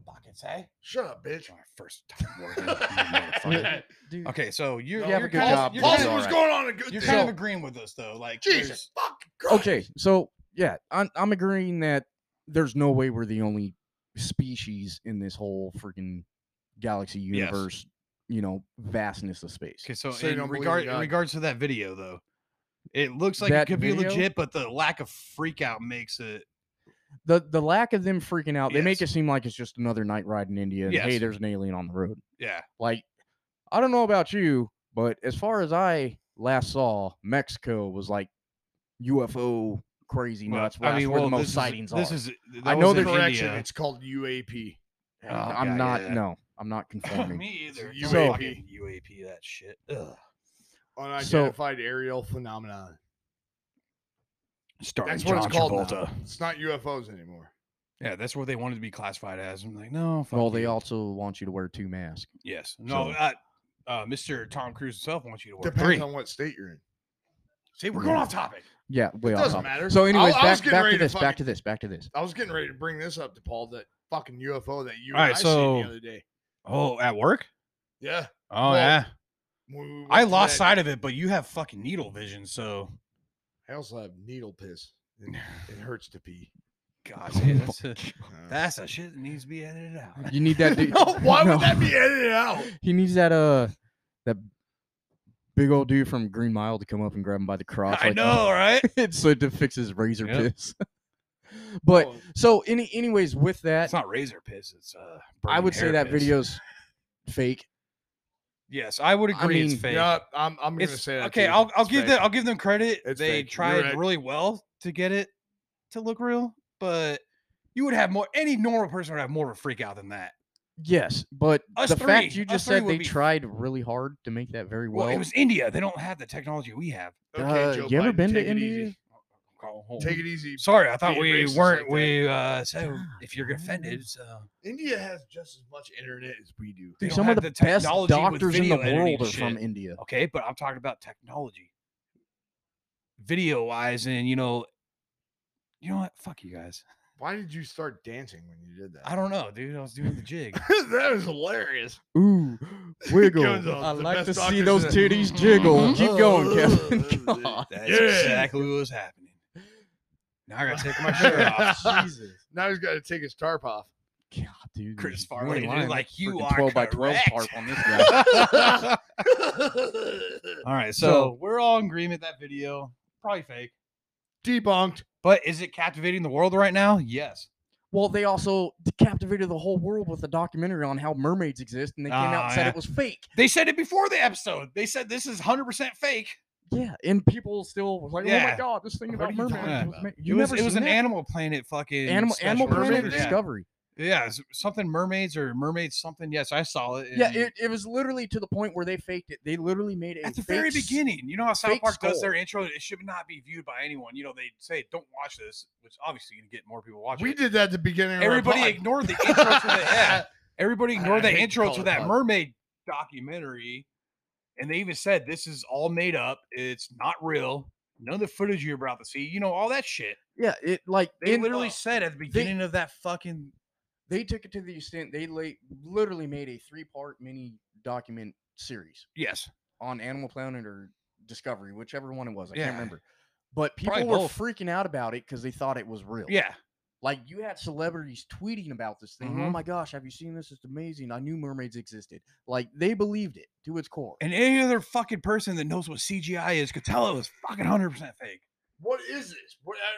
Speaker 2: Pockets, hey?
Speaker 1: Shut up, bitch.
Speaker 2: My first time working. you [LAUGHS] motherfucker.
Speaker 3: Dude,
Speaker 2: okay, so you're,
Speaker 3: You have a
Speaker 2: you're
Speaker 3: good
Speaker 2: kind of-
Speaker 1: [LAUGHS]
Speaker 3: job,
Speaker 2: You're,
Speaker 1: Paul,
Speaker 3: Paul's
Speaker 2: kind,
Speaker 3: all
Speaker 1: what's
Speaker 3: right.
Speaker 1: going on in good
Speaker 2: of, you're
Speaker 1: thing?
Speaker 2: kind of agreeing with us though. Like
Speaker 1: Jesus fucking Christ.
Speaker 3: okay, so yeah, I'm I'm agreeing that there's no way we're the only species in this whole freaking galaxy
Speaker 2: Yes.
Speaker 3: universe, you know, vastness of space.
Speaker 2: Okay, so,
Speaker 1: So you
Speaker 2: in,
Speaker 1: don't believe in
Speaker 2: regard, in
Speaker 1: God?
Speaker 2: regards to that video, though, it looks like it
Speaker 3: That
Speaker 2: could be
Speaker 3: video?
Speaker 2: legit, but the lack of freak out makes it.
Speaker 3: The the lack of them freaking out, they make
Speaker 2: Yes.
Speaker 3: it seem like it's just another night ride in India. And, Hey,
Speaker 2: Yes.
Speaker 3: there's an alien on the road.
Speaker 2: Yeah.
Speaker 3: Like, I don't know about you, but as far as I last saw, Mexico was like UFO crazy
Speaker 2: well,
Speaker 3: nuts. where that's where the most
Speaker 2: this
Speaker 3: sightings
Speaker 2: is, this
Speaker 3: are.
Speaker 2: is.
Speaker 3: I
Speaker 2: that
Speaker 3: know
Speaker 2: was in
Speaker 3: there's-
Speaker 1: Correction,
Speaker 2: India.
Speaker 1: it's called UAP.
Speaker 2: Oh, God,
Speaker 3: I'm not.
Speaker 2: yeah.
Speaker 3: No, I'm not
Speaker 2: [LAUGHS]
Speaker 3: conforming.
Speaker 2: Me either.
Speaker 1: It's
Speaker 2: Don't
Speaker 3: UAP.
Speaker 2: fucking UAP that shit. Ugh.
Speaker 1: Unidentified aerial phenomenon.
Speaker 2: Starring
Speaker 1: That's what
Speaker 2: John
Speaker 1: it's called. now.
Speaker 2: Travolta.
Speaker 1: It's not UFOs anymore.
Speaker 2: Yeah, that's what they wanted to be classified as. I'm like, no. Fuck
Speaker 3: well, they
Speaker 2: you.
Speaker 3: also want you to wear two masks.
Speaker 2: Yes. No.
Speaker 3: So-
Speaker 2: Uh, uh, Mr. Tom Cruise himself wants you to wear
Speaker 1: Depends
Speaker 2: three.
Speaker 1: on what state you're in.
Speaker 2: See, we're
Speaker 3: Yeah.
Speaker 2: going off topic.
Speaker 3: Yeah, way
Speaker 1: It
Speaker 3: off
Speaker 1: doesn't
Speaker 3: topic.
Speaker 1: matter.
Speaker 3: So,
Speaker 1: I-
Speaker 3: anyways,
Speaker 1: I was
Speaker 3: back,
Speaker 1: getting
Speaker 3: back
Speaker 1: ready
Speaker 3: to
Speaker 1: to
Speaker 3: this. Back
Speaker 1: fucking-
Speaker 3: to this. Back to this.
Speaker 1: I was getting ready to bring this up to Paul that fucking UFO that you
Speaker 2: All right,
Speaker 1: and I
Speaker 2: so-
Speaker 1: seen the other day.
Speaker 2: Oh, at work?
Speaker 1: Yeah.
Speaker 2: Oh
Speaker 1: Well,
Speaker 2: yeah.
Speaker 1: when we went
Speaker 2: I
Speaker 1: to
Speaker 2: lost
Speaker 1: that-
Speaker 2: sight of it, but you have fucking needle vision, [LAUGHS] so.
Speaker 1: I also have needle piss. and It hurts to pee.
Speaker 2: God, man, that's [LAUGHS] a,
Speaker 1: Uh,
Speaker 2: that's a shit that needs to be edited out.
Speaker 3: You
Speaker 2: [LAUGHS]
Speaker 3: need that. dude-
Speaker 1: no, [LAUGHS] why
Speaker 3: no.
Speaker 1: would that be edited out?
Speaker 3: He needs that. Uh, that big old dude from Green Mile to come up and grab him by
Speaker 2: [LAUGHS]
Speaker 3: the cross.
Speaker 2: I
Speaker 3: like, [LAUGHS]
Speaker 2: know, right?
Speaker 3: so to fix his razor
Speaker 2: Yep.
Speaker 3: piss. [LAUGHS] but
Speaker 1: Oh,
Speaker 3: so any anyways with that
Speaker 2: It's not razor piss. It's uh.
Speaker 3: I
Speaker 2: burning
Speaker 3: would say
Speaker 2: hair
Speaker 3: that
Speaker 2: piss.
Speaker 3: video's fake.
Speaker 2: Yes, I would
Speaker 3: I
Speaker 2: agree. it's
Speaker 3: mean,
Speaker 2: fake.
Speaker 1: yeah, I'm, I'm gonna
Speaker 2: It's-
Speaker 1: say that.
Speaker 2: okay,
Speaker 1: too.
Speaker 2: I'll, I'll
Speaker 1: It's
Speaker 2: give
Speaker 1: fake.
Speaker 2: them I'll give them credit.
Speaker 1: It's
Speaker 2: they
Speaker 1: fake. You're
Speaker 2: tried
Speaker 1: right.
Speaker 2: really well to get it to look real, but you would have more. Any normal person would have more of a freak out than that.
Speaker 3: Yes, but
Speaker 2: Us
Speaker 3: the
Speaker 2: three-
Speaker 3: fact you
Speaker 2: us
Speaker 3: just
Speaker 2: three
Speaker 3: said
Speaker 2: would
Speaker 3: they
Speaker 2: be-
Speaker 3: tried really hard to make that very well.
Speaker 2: Well, it was India. They don't have the technology we have.
Speaker 1: Okay,
Speaker 3: Uh,
Speaker 1: Joe
Speaker 3: you ever
Speaker 1: Biden,
Speaker 3: been to
Speaker 1: take it
Speaker 3: India?
Speaker 1: easy.
Speaker 2: Oh, hold
Speaker 1: Take
Speaker 2: on.
Speaker 1: it easy.
Speaker 2: Sorry, I thought
Speaker 1: being
Speaker 2: we
Speaker 1: racist
Speaker 2: weren't.
Speaker 1: like that.
Speaker 2: we uh, so
Speaker 3: God,
Speaker 2: if you're
Speaker 3: man.
Speaker 2: offended, so
Speaker 1: India has just as much internet as we do.
Speaker 2: they don't
Speaker 3: Some
Speaker 2: have
Speaker 3: of the, best
Speaker 2: technology with
Speaker 3: doctors in the
Speaker 2: video editing
Speaker 3: world are
Speaker 2: shit.
Speaker 3: from India.
Speaker 2: Okay, but I'm talking about technology, video wise, and you know, you know what? Fuck you guys.
Speaker 1: Why did you start dancing when you did that?
Speaker 2: I don't know, dude. I was doing the jig.
Speaker 1: don't. [LAUGHS] that is hilarious.
Speaker 3: Ooh, wiggle!
Speaker 1: Goes on,
Speaker 3: I
Speaker 1: the
Speaker 3: like
Speaker 1: best
Speaker 3: to see
Speaker 1: doctors
Speaker 3: those
Speaker 1: in-
Speaker 3: titties jiggle.
Speaker 2: Mhm.
Speaker 3: Keep going, Kevin. [LAUGHS]
Speaker 1: Uh,
Speaker 3: God.
Speaker 2: That's
Speaker 1: Yeah.
Speaker 2: exactly what was happening. Now I gotta take my shirt off.
Speaker 1: Jesus. Now he's got to take his tarp
Speaker 2: [LAUGHS]
Speaker 1: off. [LAUGHS]
Speaker 3: God, dude,
Speaker 2: Chris
Speaker 3: you ain't
Speaker 2: Farley, dude,
Speaker 3: lying.
Speaker 2: like, you
Speaker 3: Freaking
Speaker 2: are
Speaker 3: 12 by 12
Speaker 2: correct.
Speaker 3: tarp on this guy.
Speaker 2: [LAUGHS] All right, so,
Speaker 3: So-
Speaker 2: we're all in agreement that video probably fake,
Speaker 1: Debunked.
Speaker 2: but is it captivating the world right now? Yes.
Speaker 3: Well, they also captivated the whole world with a documentary on how mermaids exist, and they came out and
Speaker 2: Oh,
Speaker 3: said
Speaker 2: yeah.
Speaker 3: it was fake.
Speaker 2: They said it before the episode. They said this is 100% fake.
Speaker 3: Yeah, and people still were like, "Oh
Speaker 2: Yeah.
Speaker 3: my god, this thing
Speaker 1: What
Speaker 3: about
Speaker 1: are you
Speaker 3: mermaids."
Speaker 1: talking
Speaker 3: was
Speaker 1: about?
Speaker 3: ma-
Speaker 2: it
Speaker 3: You
Speaker 2: was,
Speaker 3: never
Speaker 2: it was
Speaker 3: seen
Speaker 2: an
Speaker 3: that?
Speaker 2: Animal Planet fucking
Speaker 3: Animal
Speaker 2: special
Speaker 3: Animal
Speaker 2: or
Speaker 3: Planet
Speaker 2: something. Yeah.
Speaker 3: Discovery.
Speaker 2: Yeah, it's something mermaids or mermaids something. Yes, I saw it.
Speaker 3: Yeah,
Speaker 2: in-
Speaker 3: it, it was literally to the point where they faked it. They literally made a
Speaker 2: Mm-hmm. at the
Speaker 3: fake
Speaker 2: very
Speaker 3: s-
Speaker 2: beginning. You know how South
Speaker 3: fake
Speaker 2: Park does
Speaker 3: skull.
Speaker 2: their intro? It should not be viewed by anyone. You know they say don't watch this, which obviously gonna get more people watching.
Speaker 1: We
Speaker 2: it.
Speaker 1: did that at the beginning. of our
Speaker 2: Everybody
Speaker 1: pod.
Speaker 2: ignored the intro
Speaker 1: [LAUGHS]
Speaker 2: to the yeah, Everybody ignored
Speaker 1: I
Speaker 2: the
Speaker 1: hate
Speaker 2: intro to
Speaker 1: color
Speaker 2: that
Speaker 1: pop.
Speaker 2: mermaid documentary, and they even said this is all made up. It's not real. None of the footage you're about to see. You know all that shit.
Speaker 3: Yeah, it like
Speaker 2: They
Speaker 3: in- uh,
Speaker 2: literally said at the beginning of that fucking
Speaker 3: they took it to the extent they late, literally made a three part mini document series
Speaker 2: yes.
Speaker 3: on Animal Planet or Discovery, whichever one it was. I
Speaker 2: Yeah.
Speaker 3: can't remember. But people
Speaker 2: Probably
Speaker 3: were
Speaker 2: both.
Speaker 3: freaking out about it because they thought it was real.
Speaker 2: Yeah.
Speaker 3: Like you had celebrities tweeting about this thing. Oh
Speaker 2: Mhm.
Speaker 3: my gosh, have you seen this? It's amazing. I knew mermaids existed. Like they believed it to its core.
Speaker 2: And any other fucking person that knows what CGI is could tell it was fucking hundred percent fake.
Speaker 1: What is this? What, I-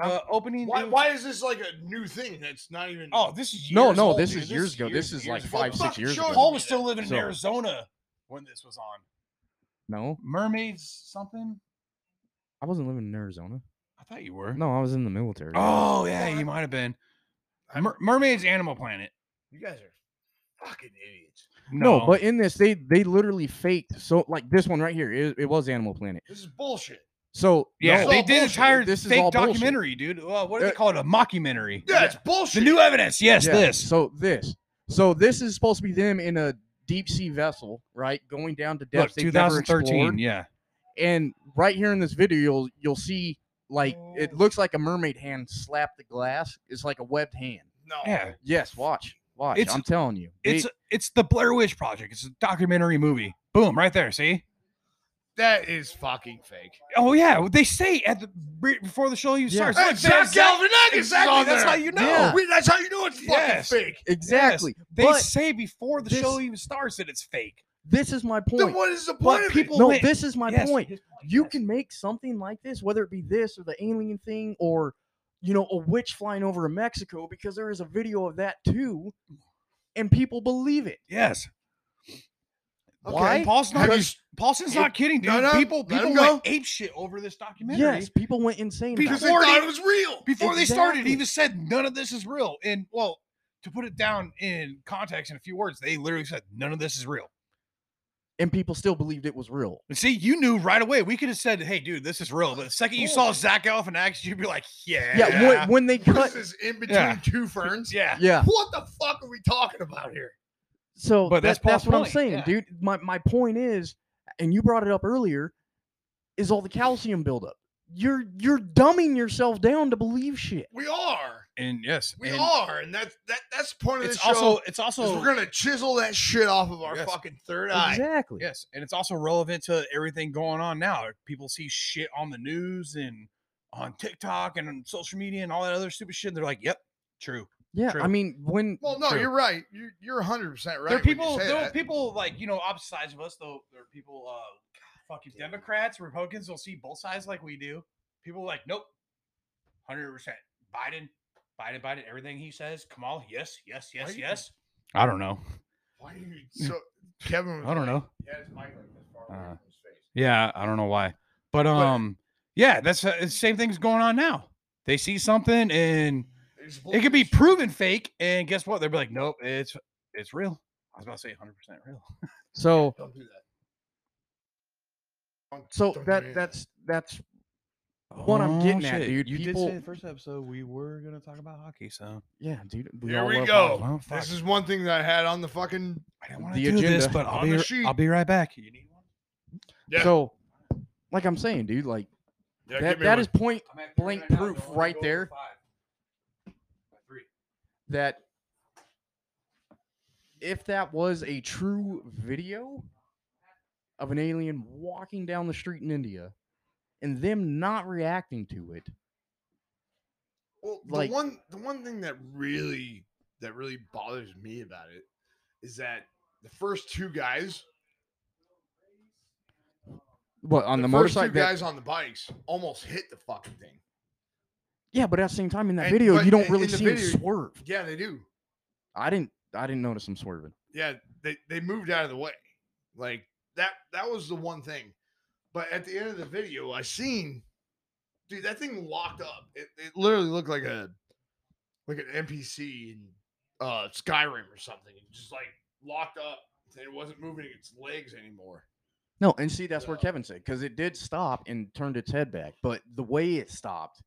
Speaker 2: Uh, opening.
Speaker 1: why,
Speaker 2: new-
Speaker 1: why is this like a new thing that's not even?
Speaker 2: Oh, this is years
Speaker 3: No, no,
Speaker 2: old,
Speaker 3: this
Speaker 2: dude.
Speaker 3: is years ago. This is like
Speaker 2: ago.
Speaker 3: five,
Speaker 1: six
Speaker 2: Fucking
Speaker 1: years
Speaker 2: shows-
Speaker 1: ago.
Speaker 2: Paul was still living in
Speaker 3: So-
Speaker 2: Arizona when this was on.
Speaker 3: No,
Speaker 2: Mermaids, something.
Speaker 3: I wasn't living in Arizona.
Speaker 2: I thought you were.
Speaker 3: No, I was in the military.
Speaker 2: Oh yeah, you might have been. Mer- Mermaids, Animal Planet.
Speaker 1: you guys are fucking idiots.
Speaker 3: no, but in this, they they literally faked. So like this one right here, it, it was Animal Planet.
Speaker 1: This is bullshit.
Speaker 3: So
Speaker 2: yeah,
Speaker 3: no,
Speaker 1: it's
Speaker 2: they
Speaker 1: all
Speaker 2: did an
Speaker 1: bullshit.
Speaker 2: entire
Speaker 3: This is all
Speaker 2: fake
Speaker 3: bullshit.
Speaker 2: documentary, dude. Well, what do
Speaker 3: Uh,
Speaker 2: they call it? A mockumentary.
Speaker 1: Yeah, it's
Speaker 2: The
Speaker 1: bullshit.
Speaker 2: new evidence. Yes,
Speaker 3: yeah,
Speaker 2: this.
Speaker 3: So this. So this is supposed to be them in a deep sea vessel, right, going down to
Speaker 2: Look,
Speaker 3: depths they've never
Speaker 2: 2013.
Speaker 3: explored.
Speaker 2: Yeah.
Speaker 3: And right here in this video, you'll you'll see like it
Speaker 1: Oh.
Speaker 3: looks like a mermaid hand slapped the glass. It's like a webbed hand.
Speaker 1: no.
Speaker 2: Yeah.
Speaker 3: Yes, watch. Watch,
Speaker 2: It's-
Speaker 3: I'm telling you. Uh, They-
Speaker 2: It's it's the Blair Witch Project. It's a documentary movie. Boom, right there. See?
Speaker 1: That is fucking fake.
Speaker 2: Oh yeah, what they say at the right before the show you
Speaker 3: Yeah.
Speaker 2: start. Look, there's Zach-
Speaker 1: Galifianakis is
Speaker 2: exactly,
Speaker 1: on
Speaker 2: that's
Speaker 1: there.
Speaker 2: how you know.
Speaker 3: Yeah.
Speaker 1: We- that's how you know it's fucking
Speaker 2: Yes.
Speaker 1: fake.
Speaker 3: exactly.
Speaker 2: They
Speaker 3: but
Speaker 2: say before the
Speaker 3: this-
Speaker 2: show even starts that it's fake.
Speaker 3: this is my
Speaker 1: Then
Speaker 3: point.
Speaker 1: what is the point?
Speaker 2: But
Speaker 1: of it?
Speaker 2: people
Speaker 3: no,
Speaker 2: went-
Speaker 3: this is my
Speaker 2: Yes,
Speaker 3: point.
Speaker 2: his point,
Speaker 3: You
Speaker 2: yes.
Speaker 3: can make something like this, whether it be this or the alien thing or you know, a witch flying over Mexico, because there is a video of that too, and people believe it.
Speaker 2: Yes.
Speaker 1: Okay.
Speaker 3: Why?
Speaker 2: Paul's not
Speaker 1: Have you-
Speaker 2: Paulson's not kidding, dude.
Speaker 1: No, no,
Speaker 2: people
Speaker 1: let
Speaker 2: people
Speaker 1: him go.
Speaker 2: went ape shit over this documentary.
Speaker 3: Yes, people went insane. about
Speaker 1: because
Speaker 3: it.
Speaker 1: they
Speaker 2: Before
Speaker 1: thought
Speaker 2: they-
Speaker 1: it was real.
Speaker 2: before they started, he
Speaker 3: Exactly.
Speaker 2: just said none of this is real. And well, to put it down in context in a few words, they literally said none of this is real.
Speaker 3: and people still believed it was real.
Speaker 2: And see, you knew right away. We could have said, "Hey, dude, this is real." But the second you saw Zach Galifianakis, you'd be like, "Yeah,
Speaker 3: Yeah, when, when they
Speaker 1: What
Speaker 3: cut.
Speaker 1: is this in between
Speaker 2: Yeah.
Speaker 1: two ferns?
Speaker 2: yeah."
Speaker 3: [LAUGHS] Yeah,
Speaker 1: What the fuck are we talking about here?
Speaker 3: so
Speaker 2: But that's
Speaker 3: that- that's
Speaker 2: Paul's
Speaker 3: what I'm
Speaker 2: point,
Speaker 3: saying,
Speaker 2: yeah.
Speaker 3: dude. My my point is, and you brought it up earlier, is all the calcium buildup. You're you're dumbing yourself down to believe shit.
Speaker 1: We are.
Speaker 2: And yes,
Speaker 1: We
Speaker 2: and
Speaker 1: are. And that's that that's the point of
Speaker 2: It's
Speaker 1: this show.
Speaker 2: also it's
Speaker 1: is
Speaker 2: also
Speaker 1: we're gonna chisel that shit off of our
Speaker 2: Yes.
Speaker 1: fucking third eye.
Speaker 3: Exactly.
Speaker 2: Yes, and it's also relevant to everything going on now. People see shit on the news and on TikTok and on social media and all that other stupid shit. They're like, "Yep, true."
Speaker 3: Yeah, I
Speaker 2: True.
Speaker 3: mean when
Speaker 1: Well, no,
Speaker 2: True.
Speaker 1: you're right. You're you're 100 percent right.
Speaker 2: there are
Speaker 1: when you
Speaker 2: people.
Speaker 1: say
Speaker 2: There are
Speaker 1: that.
Speaker 2: people like you know opposite sides of us. Though there are people, uh, fucking Democrats, Republicans will see both sides like we do. People are like, "Nope, hundred percent Biden, Biden, Biden. Everything he says, Kamal, yes, yes, yes,
Speaker 1: Biden?
Speaker 2: yes." I don't know.
Speaker 1: Why do you so Kevin? was
Speaker 2: I
Speaker 1: like-
Speaker 2: don't know.
Speaker 1: He had his mic like this far away
Speaker 2: Uh,
Speaker 1: from his face.
Speaker 2: Yeah, I don't know why, but um, yeah, that's uh, it's same thing's going on now. They see something and
Speaker 1: They just
Speaker 2: it
Speaker 1: believe
Speaker 2: could be
Speaker 1: this shit.
Speaker 2: proven fake, and guess what? They'll be like, nope, it's it's real. I was about to say 100 percent real.
Speaker 3: so
Speaker 1: Don't do that. Don't- don't
Speaker 3: so
Speaker 1: do any
Speaker 3: that
Speaker 1: of
Speaker 3: that's that's What I'm getting at, dude,
Speaker 2: Oh, You
Speaker 3: people-
Speaker 2: did say in the first episode we were gonna talk about hockey, so
Speaker 3: yeah, dude.
Speaker 1: Here
Speaker 3: all
Speaker 1: we
Speaker 3: love
Speaker 1: go.
Speaker 3: hockey.
Speaker 2: well, fuck.
Speaker 1: This is one thing that I had on the fucking.
Speaker 2: I didn't want to
Speaker 3: the
Speaker 2: do this,
Speaker 3: agenda
Speaker 2: but I'll
Speaker 1: on
Speaker 2: be,
Speaker 1: the
Speaker 2: r-
Speaker 1: sheet.
Speaker 2: I'll be right back. You need one?
Speaker 1: Yeah.
Speaker 3: So, like I'm saying, dude, like
Speaker 1: Yeah,
Speaker 3: that,
Speaker 1: give me
Speaker 3: that
Speaker 1: one.
Speaker 3: is point
Speaker 2: I'm at
Speaker 3: Blank
Speaker 2: now,
Speaker 3: proof
Speaker 2: don't let me
Speaker 3: right
Speaker 2: go over
Speaker 3: there.
Speaker 2: five. By three.
Speaker 3: that if that was a true video of an alien walking down the street in India and them not reacting to it,
Speaker 1: Well,
Speaker 3: like-
Speaker 1: the one the one thing that really that really bothers me about it is that the first two guys,
Speaker 3: but on the,
Speaker 1: first two
Speaker 3: motorcycle, that-
Speaker 1: guys on the bikes, almost hit the fucking thing.
Speaker 3: yeah, but at the same time in that
Speaker 1: And-
Speaker 3: video,
Speaker 1: but
Speaker 3: you
Speaker 1: in-
Speaker 3: don't
Speaker 1: in
Speaker 3: really
Speaker 1: the
Speaker 3: see him
Speaker 1: video-
Speaker 3: swerve.
Speaker 1: Yeah, they do.
Speaker 3: I didn't, I didn't notice him swerving.
Speaker 1: Yeah, they they moved out of the way. Like that that was the one thing. But at the end of the video, I seen, dude, that thing locked up. It, it literally looked like a like an NPC in uh, Skyrim or something. It just like locked up. And it wasn't moving its legs anymore.
Speaker 3: No, and see, that's where
Speaker 1: So-
Speaker 3: Kevin said because it did stop and turned its head back, but the way it stopped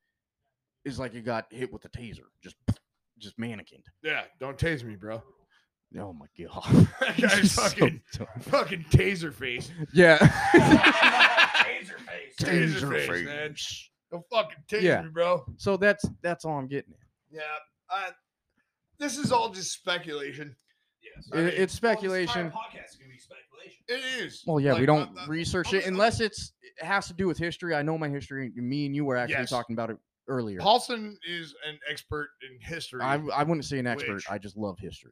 Speaker 3: is like it got hit with a taser, just, [SNIFFS] just mannequined.
Speaker 1: Yeah, don't tase me, bro. [LAUGHS]
Speaker 3: Oh my god.
Speaker 1: That
Speaker 3: He's
Speaker 1: guy's
Speaker 3: just [LAUGHS] so
Speaker 1: fucking
Speaker 3: dumb.
Speaker 1: fucking taser face.
Speaker 3: Yeah. [LAUGHS]
Speaker 2: Taser face.
Speaker 1: Taser, face, man. Don't fucking tase
Speaker 3: Yeah.
Speaker 1: me, bro.
Speaker 3: so that's that's all I'm getting at.
Speaker 1: Yeah. I, this is all just speculation.
Speaker 2: Yes.
Speaker 1: I mean,
Speaker 3: It-
Speaker 2: Well,
Speaker 3: it's
Speaker 2: this entire
Speaker 3: speculation.
Speaker 2: podcast is gonna be speculation.
Speaker 1: It is.
Speaker 3: Well, yeah, we
Speaker 1: Like, uh,
Speaker 3: don't
Speaker 1: I'm- I'm-
Speaker 3: research
Speaker 1: I'm-
Speaker 3: it unless it's it has to do with history. I know my history. Me and you were actually
Speaker 1: Yes.
Speaker 3: talking about it earlier.
Speaker 1: Paulson is an expert in history.
Speaker 3: I, I wouldn't say an expert.
Speaker 1: Which-
Speaker 3: I just love history.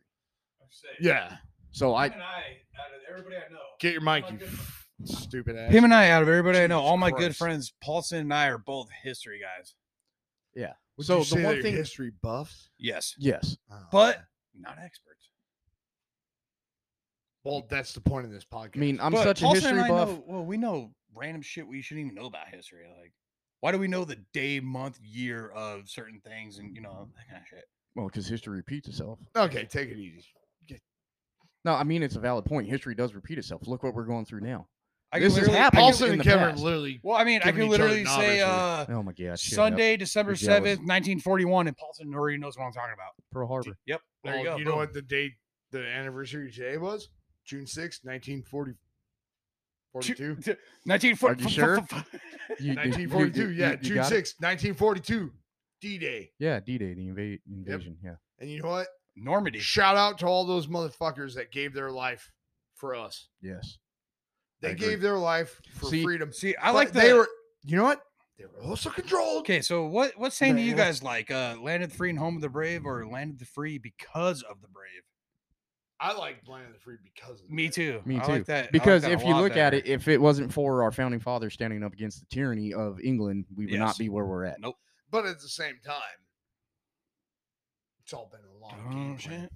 Speaker 2: I'm saying,
Speaker 1: yeah.
Speaker 3: So I
Speaker 2: him and I, out of everybody I know,
Speaker 1: Get your mic,
Speaker 2: I'm
Speaker 1: you
Speaker 2: good.
Speaker 1: f- stupid ass.
Speaker 2: him and I, out of everybody I know,
Speaker 1: Jesus
Speaker 2: all my good
Speaker 1: Christ.
Speaker 2: friends, Paulson and I are both history guys.
Speaker 1: Would
Speaker 3: so
Speaker 1: you
Speaker 3: the
Speaker 1: say
Speaker 3: one
Speaker 1: they're
Speaker 3: thing-
Speaker 1: history buffs.
Speaker 2: Yes,
Speaker 3: yes.
Speaker 1: Oh,
Speaker 2: but
Speaker 1: man.
Speaker 2: not experts.
Speaker 1: well, that's the point of this podcast.
Speaker 3: I mean, I'm
Speaker 2: But
Speaker 3: such a
Speaker 2: Paulson
Speaker 3: history
Speaker 2: and I
Speaker 3: buff.
Speaker 2: Know, well, we know random shit we shouldn't even know about history. Like, why do we know the day, month, year of certain things, and you know that kind of shit?
Speaker 3: Well, because history repeats itself.
Speaker 1: okay, take it easy.
Speaker 3: No, I mean it's a valid point. History does repeat itself. Look what we're going through now.
Speaker 2: I can
Speaker 3: This has
Speaker 2: literally- I can-
Speaker 3: happened.
Speaker 1: Paulson
Speaker 3: in
Speaker 1: and
Speaker 3: the
Speaker 1: Kevin
Speaker 3: past.
Speaker 1: literally.
Speaker 2: Well, I mean, I
Speaker 1: Giving
Speaker 2: can
Speaker 1: each other
Speaker 2: literally say uh,
Speaker 1: nodders
Speaker 3: Oh my god! shit, yep.
Speaker 2: Sunday, December
Speaker 3: You're jealous.
Speaker 2: seventh, nineteen forty-one, and Paulson already knows what I'm talking about.
Speaker 1: [LAUGHS]
Speaker 3: Pearl Harbor.
Speaker 2: Yep, there
Speaker 1: well,
Speaker 2: you go.
Speaker 1: oh, know
Speaker 2: boom.
Speaker 1: what the date, the anniversary today was? June sixth, 1940.
Speaker 2: Ju-
Speaker 1: 42?
Speaker 2: t- 1940. [LAUGHS]
Speaker 3: Are you sure? You- you- you- you-
Speaker 1: 1942. Yeah,
Speaker 3: you
Speaker 1: June
Speaker 3: got it?
Speaker 1: sixth, 1942. D Day.
Speaker 3: Yeah, D-Day, the invade, invasion. Yeah.
Speaker 1: And you know what?
Speaker 2: Normandy.
Speaker 1: Shout out to all those motherfuckers that gave their life for us.
Speaker 5: Yes. I
Speaker 1: They
Speaker 5: agree.
Speaker 1: gave their life for
Speaker 5: See,
Speaker 1: freedom.
Speaker 2: See, I
Speaker 1: But
Speaker 2: like the.
Speaker 1: they were. You know what? They were also controlled.
Speaker 2: okay, so what what saying do you
Speaker 1: Yeah.
Speaker 2: guys like? Uh, land of the free and home of the brave, or land of the free because of the brave?
Speaker 1: I like Land of the Free because of
Speaker 2: Me
Speaker 1: that.
Speaker 2: too.
Speaker 3: Me
Speaker 2: I like
Speaker 3: too,
Speaker 2: that. I like
Speaker 3: Because
Speaker 2: that a
Speaker 3: if you
Speaker 2: lot
Speaker 3: look at
Speaker 2: better.
Speaker 3: it, if it wasn't for our founding fathers standing up against the tyranny of England, we would
Speaker 2: Yes.
Speaker 3: not be where we're at.
Speaker 2: nope.
Speaker 1: But at the same time, it's all been a long game. plan.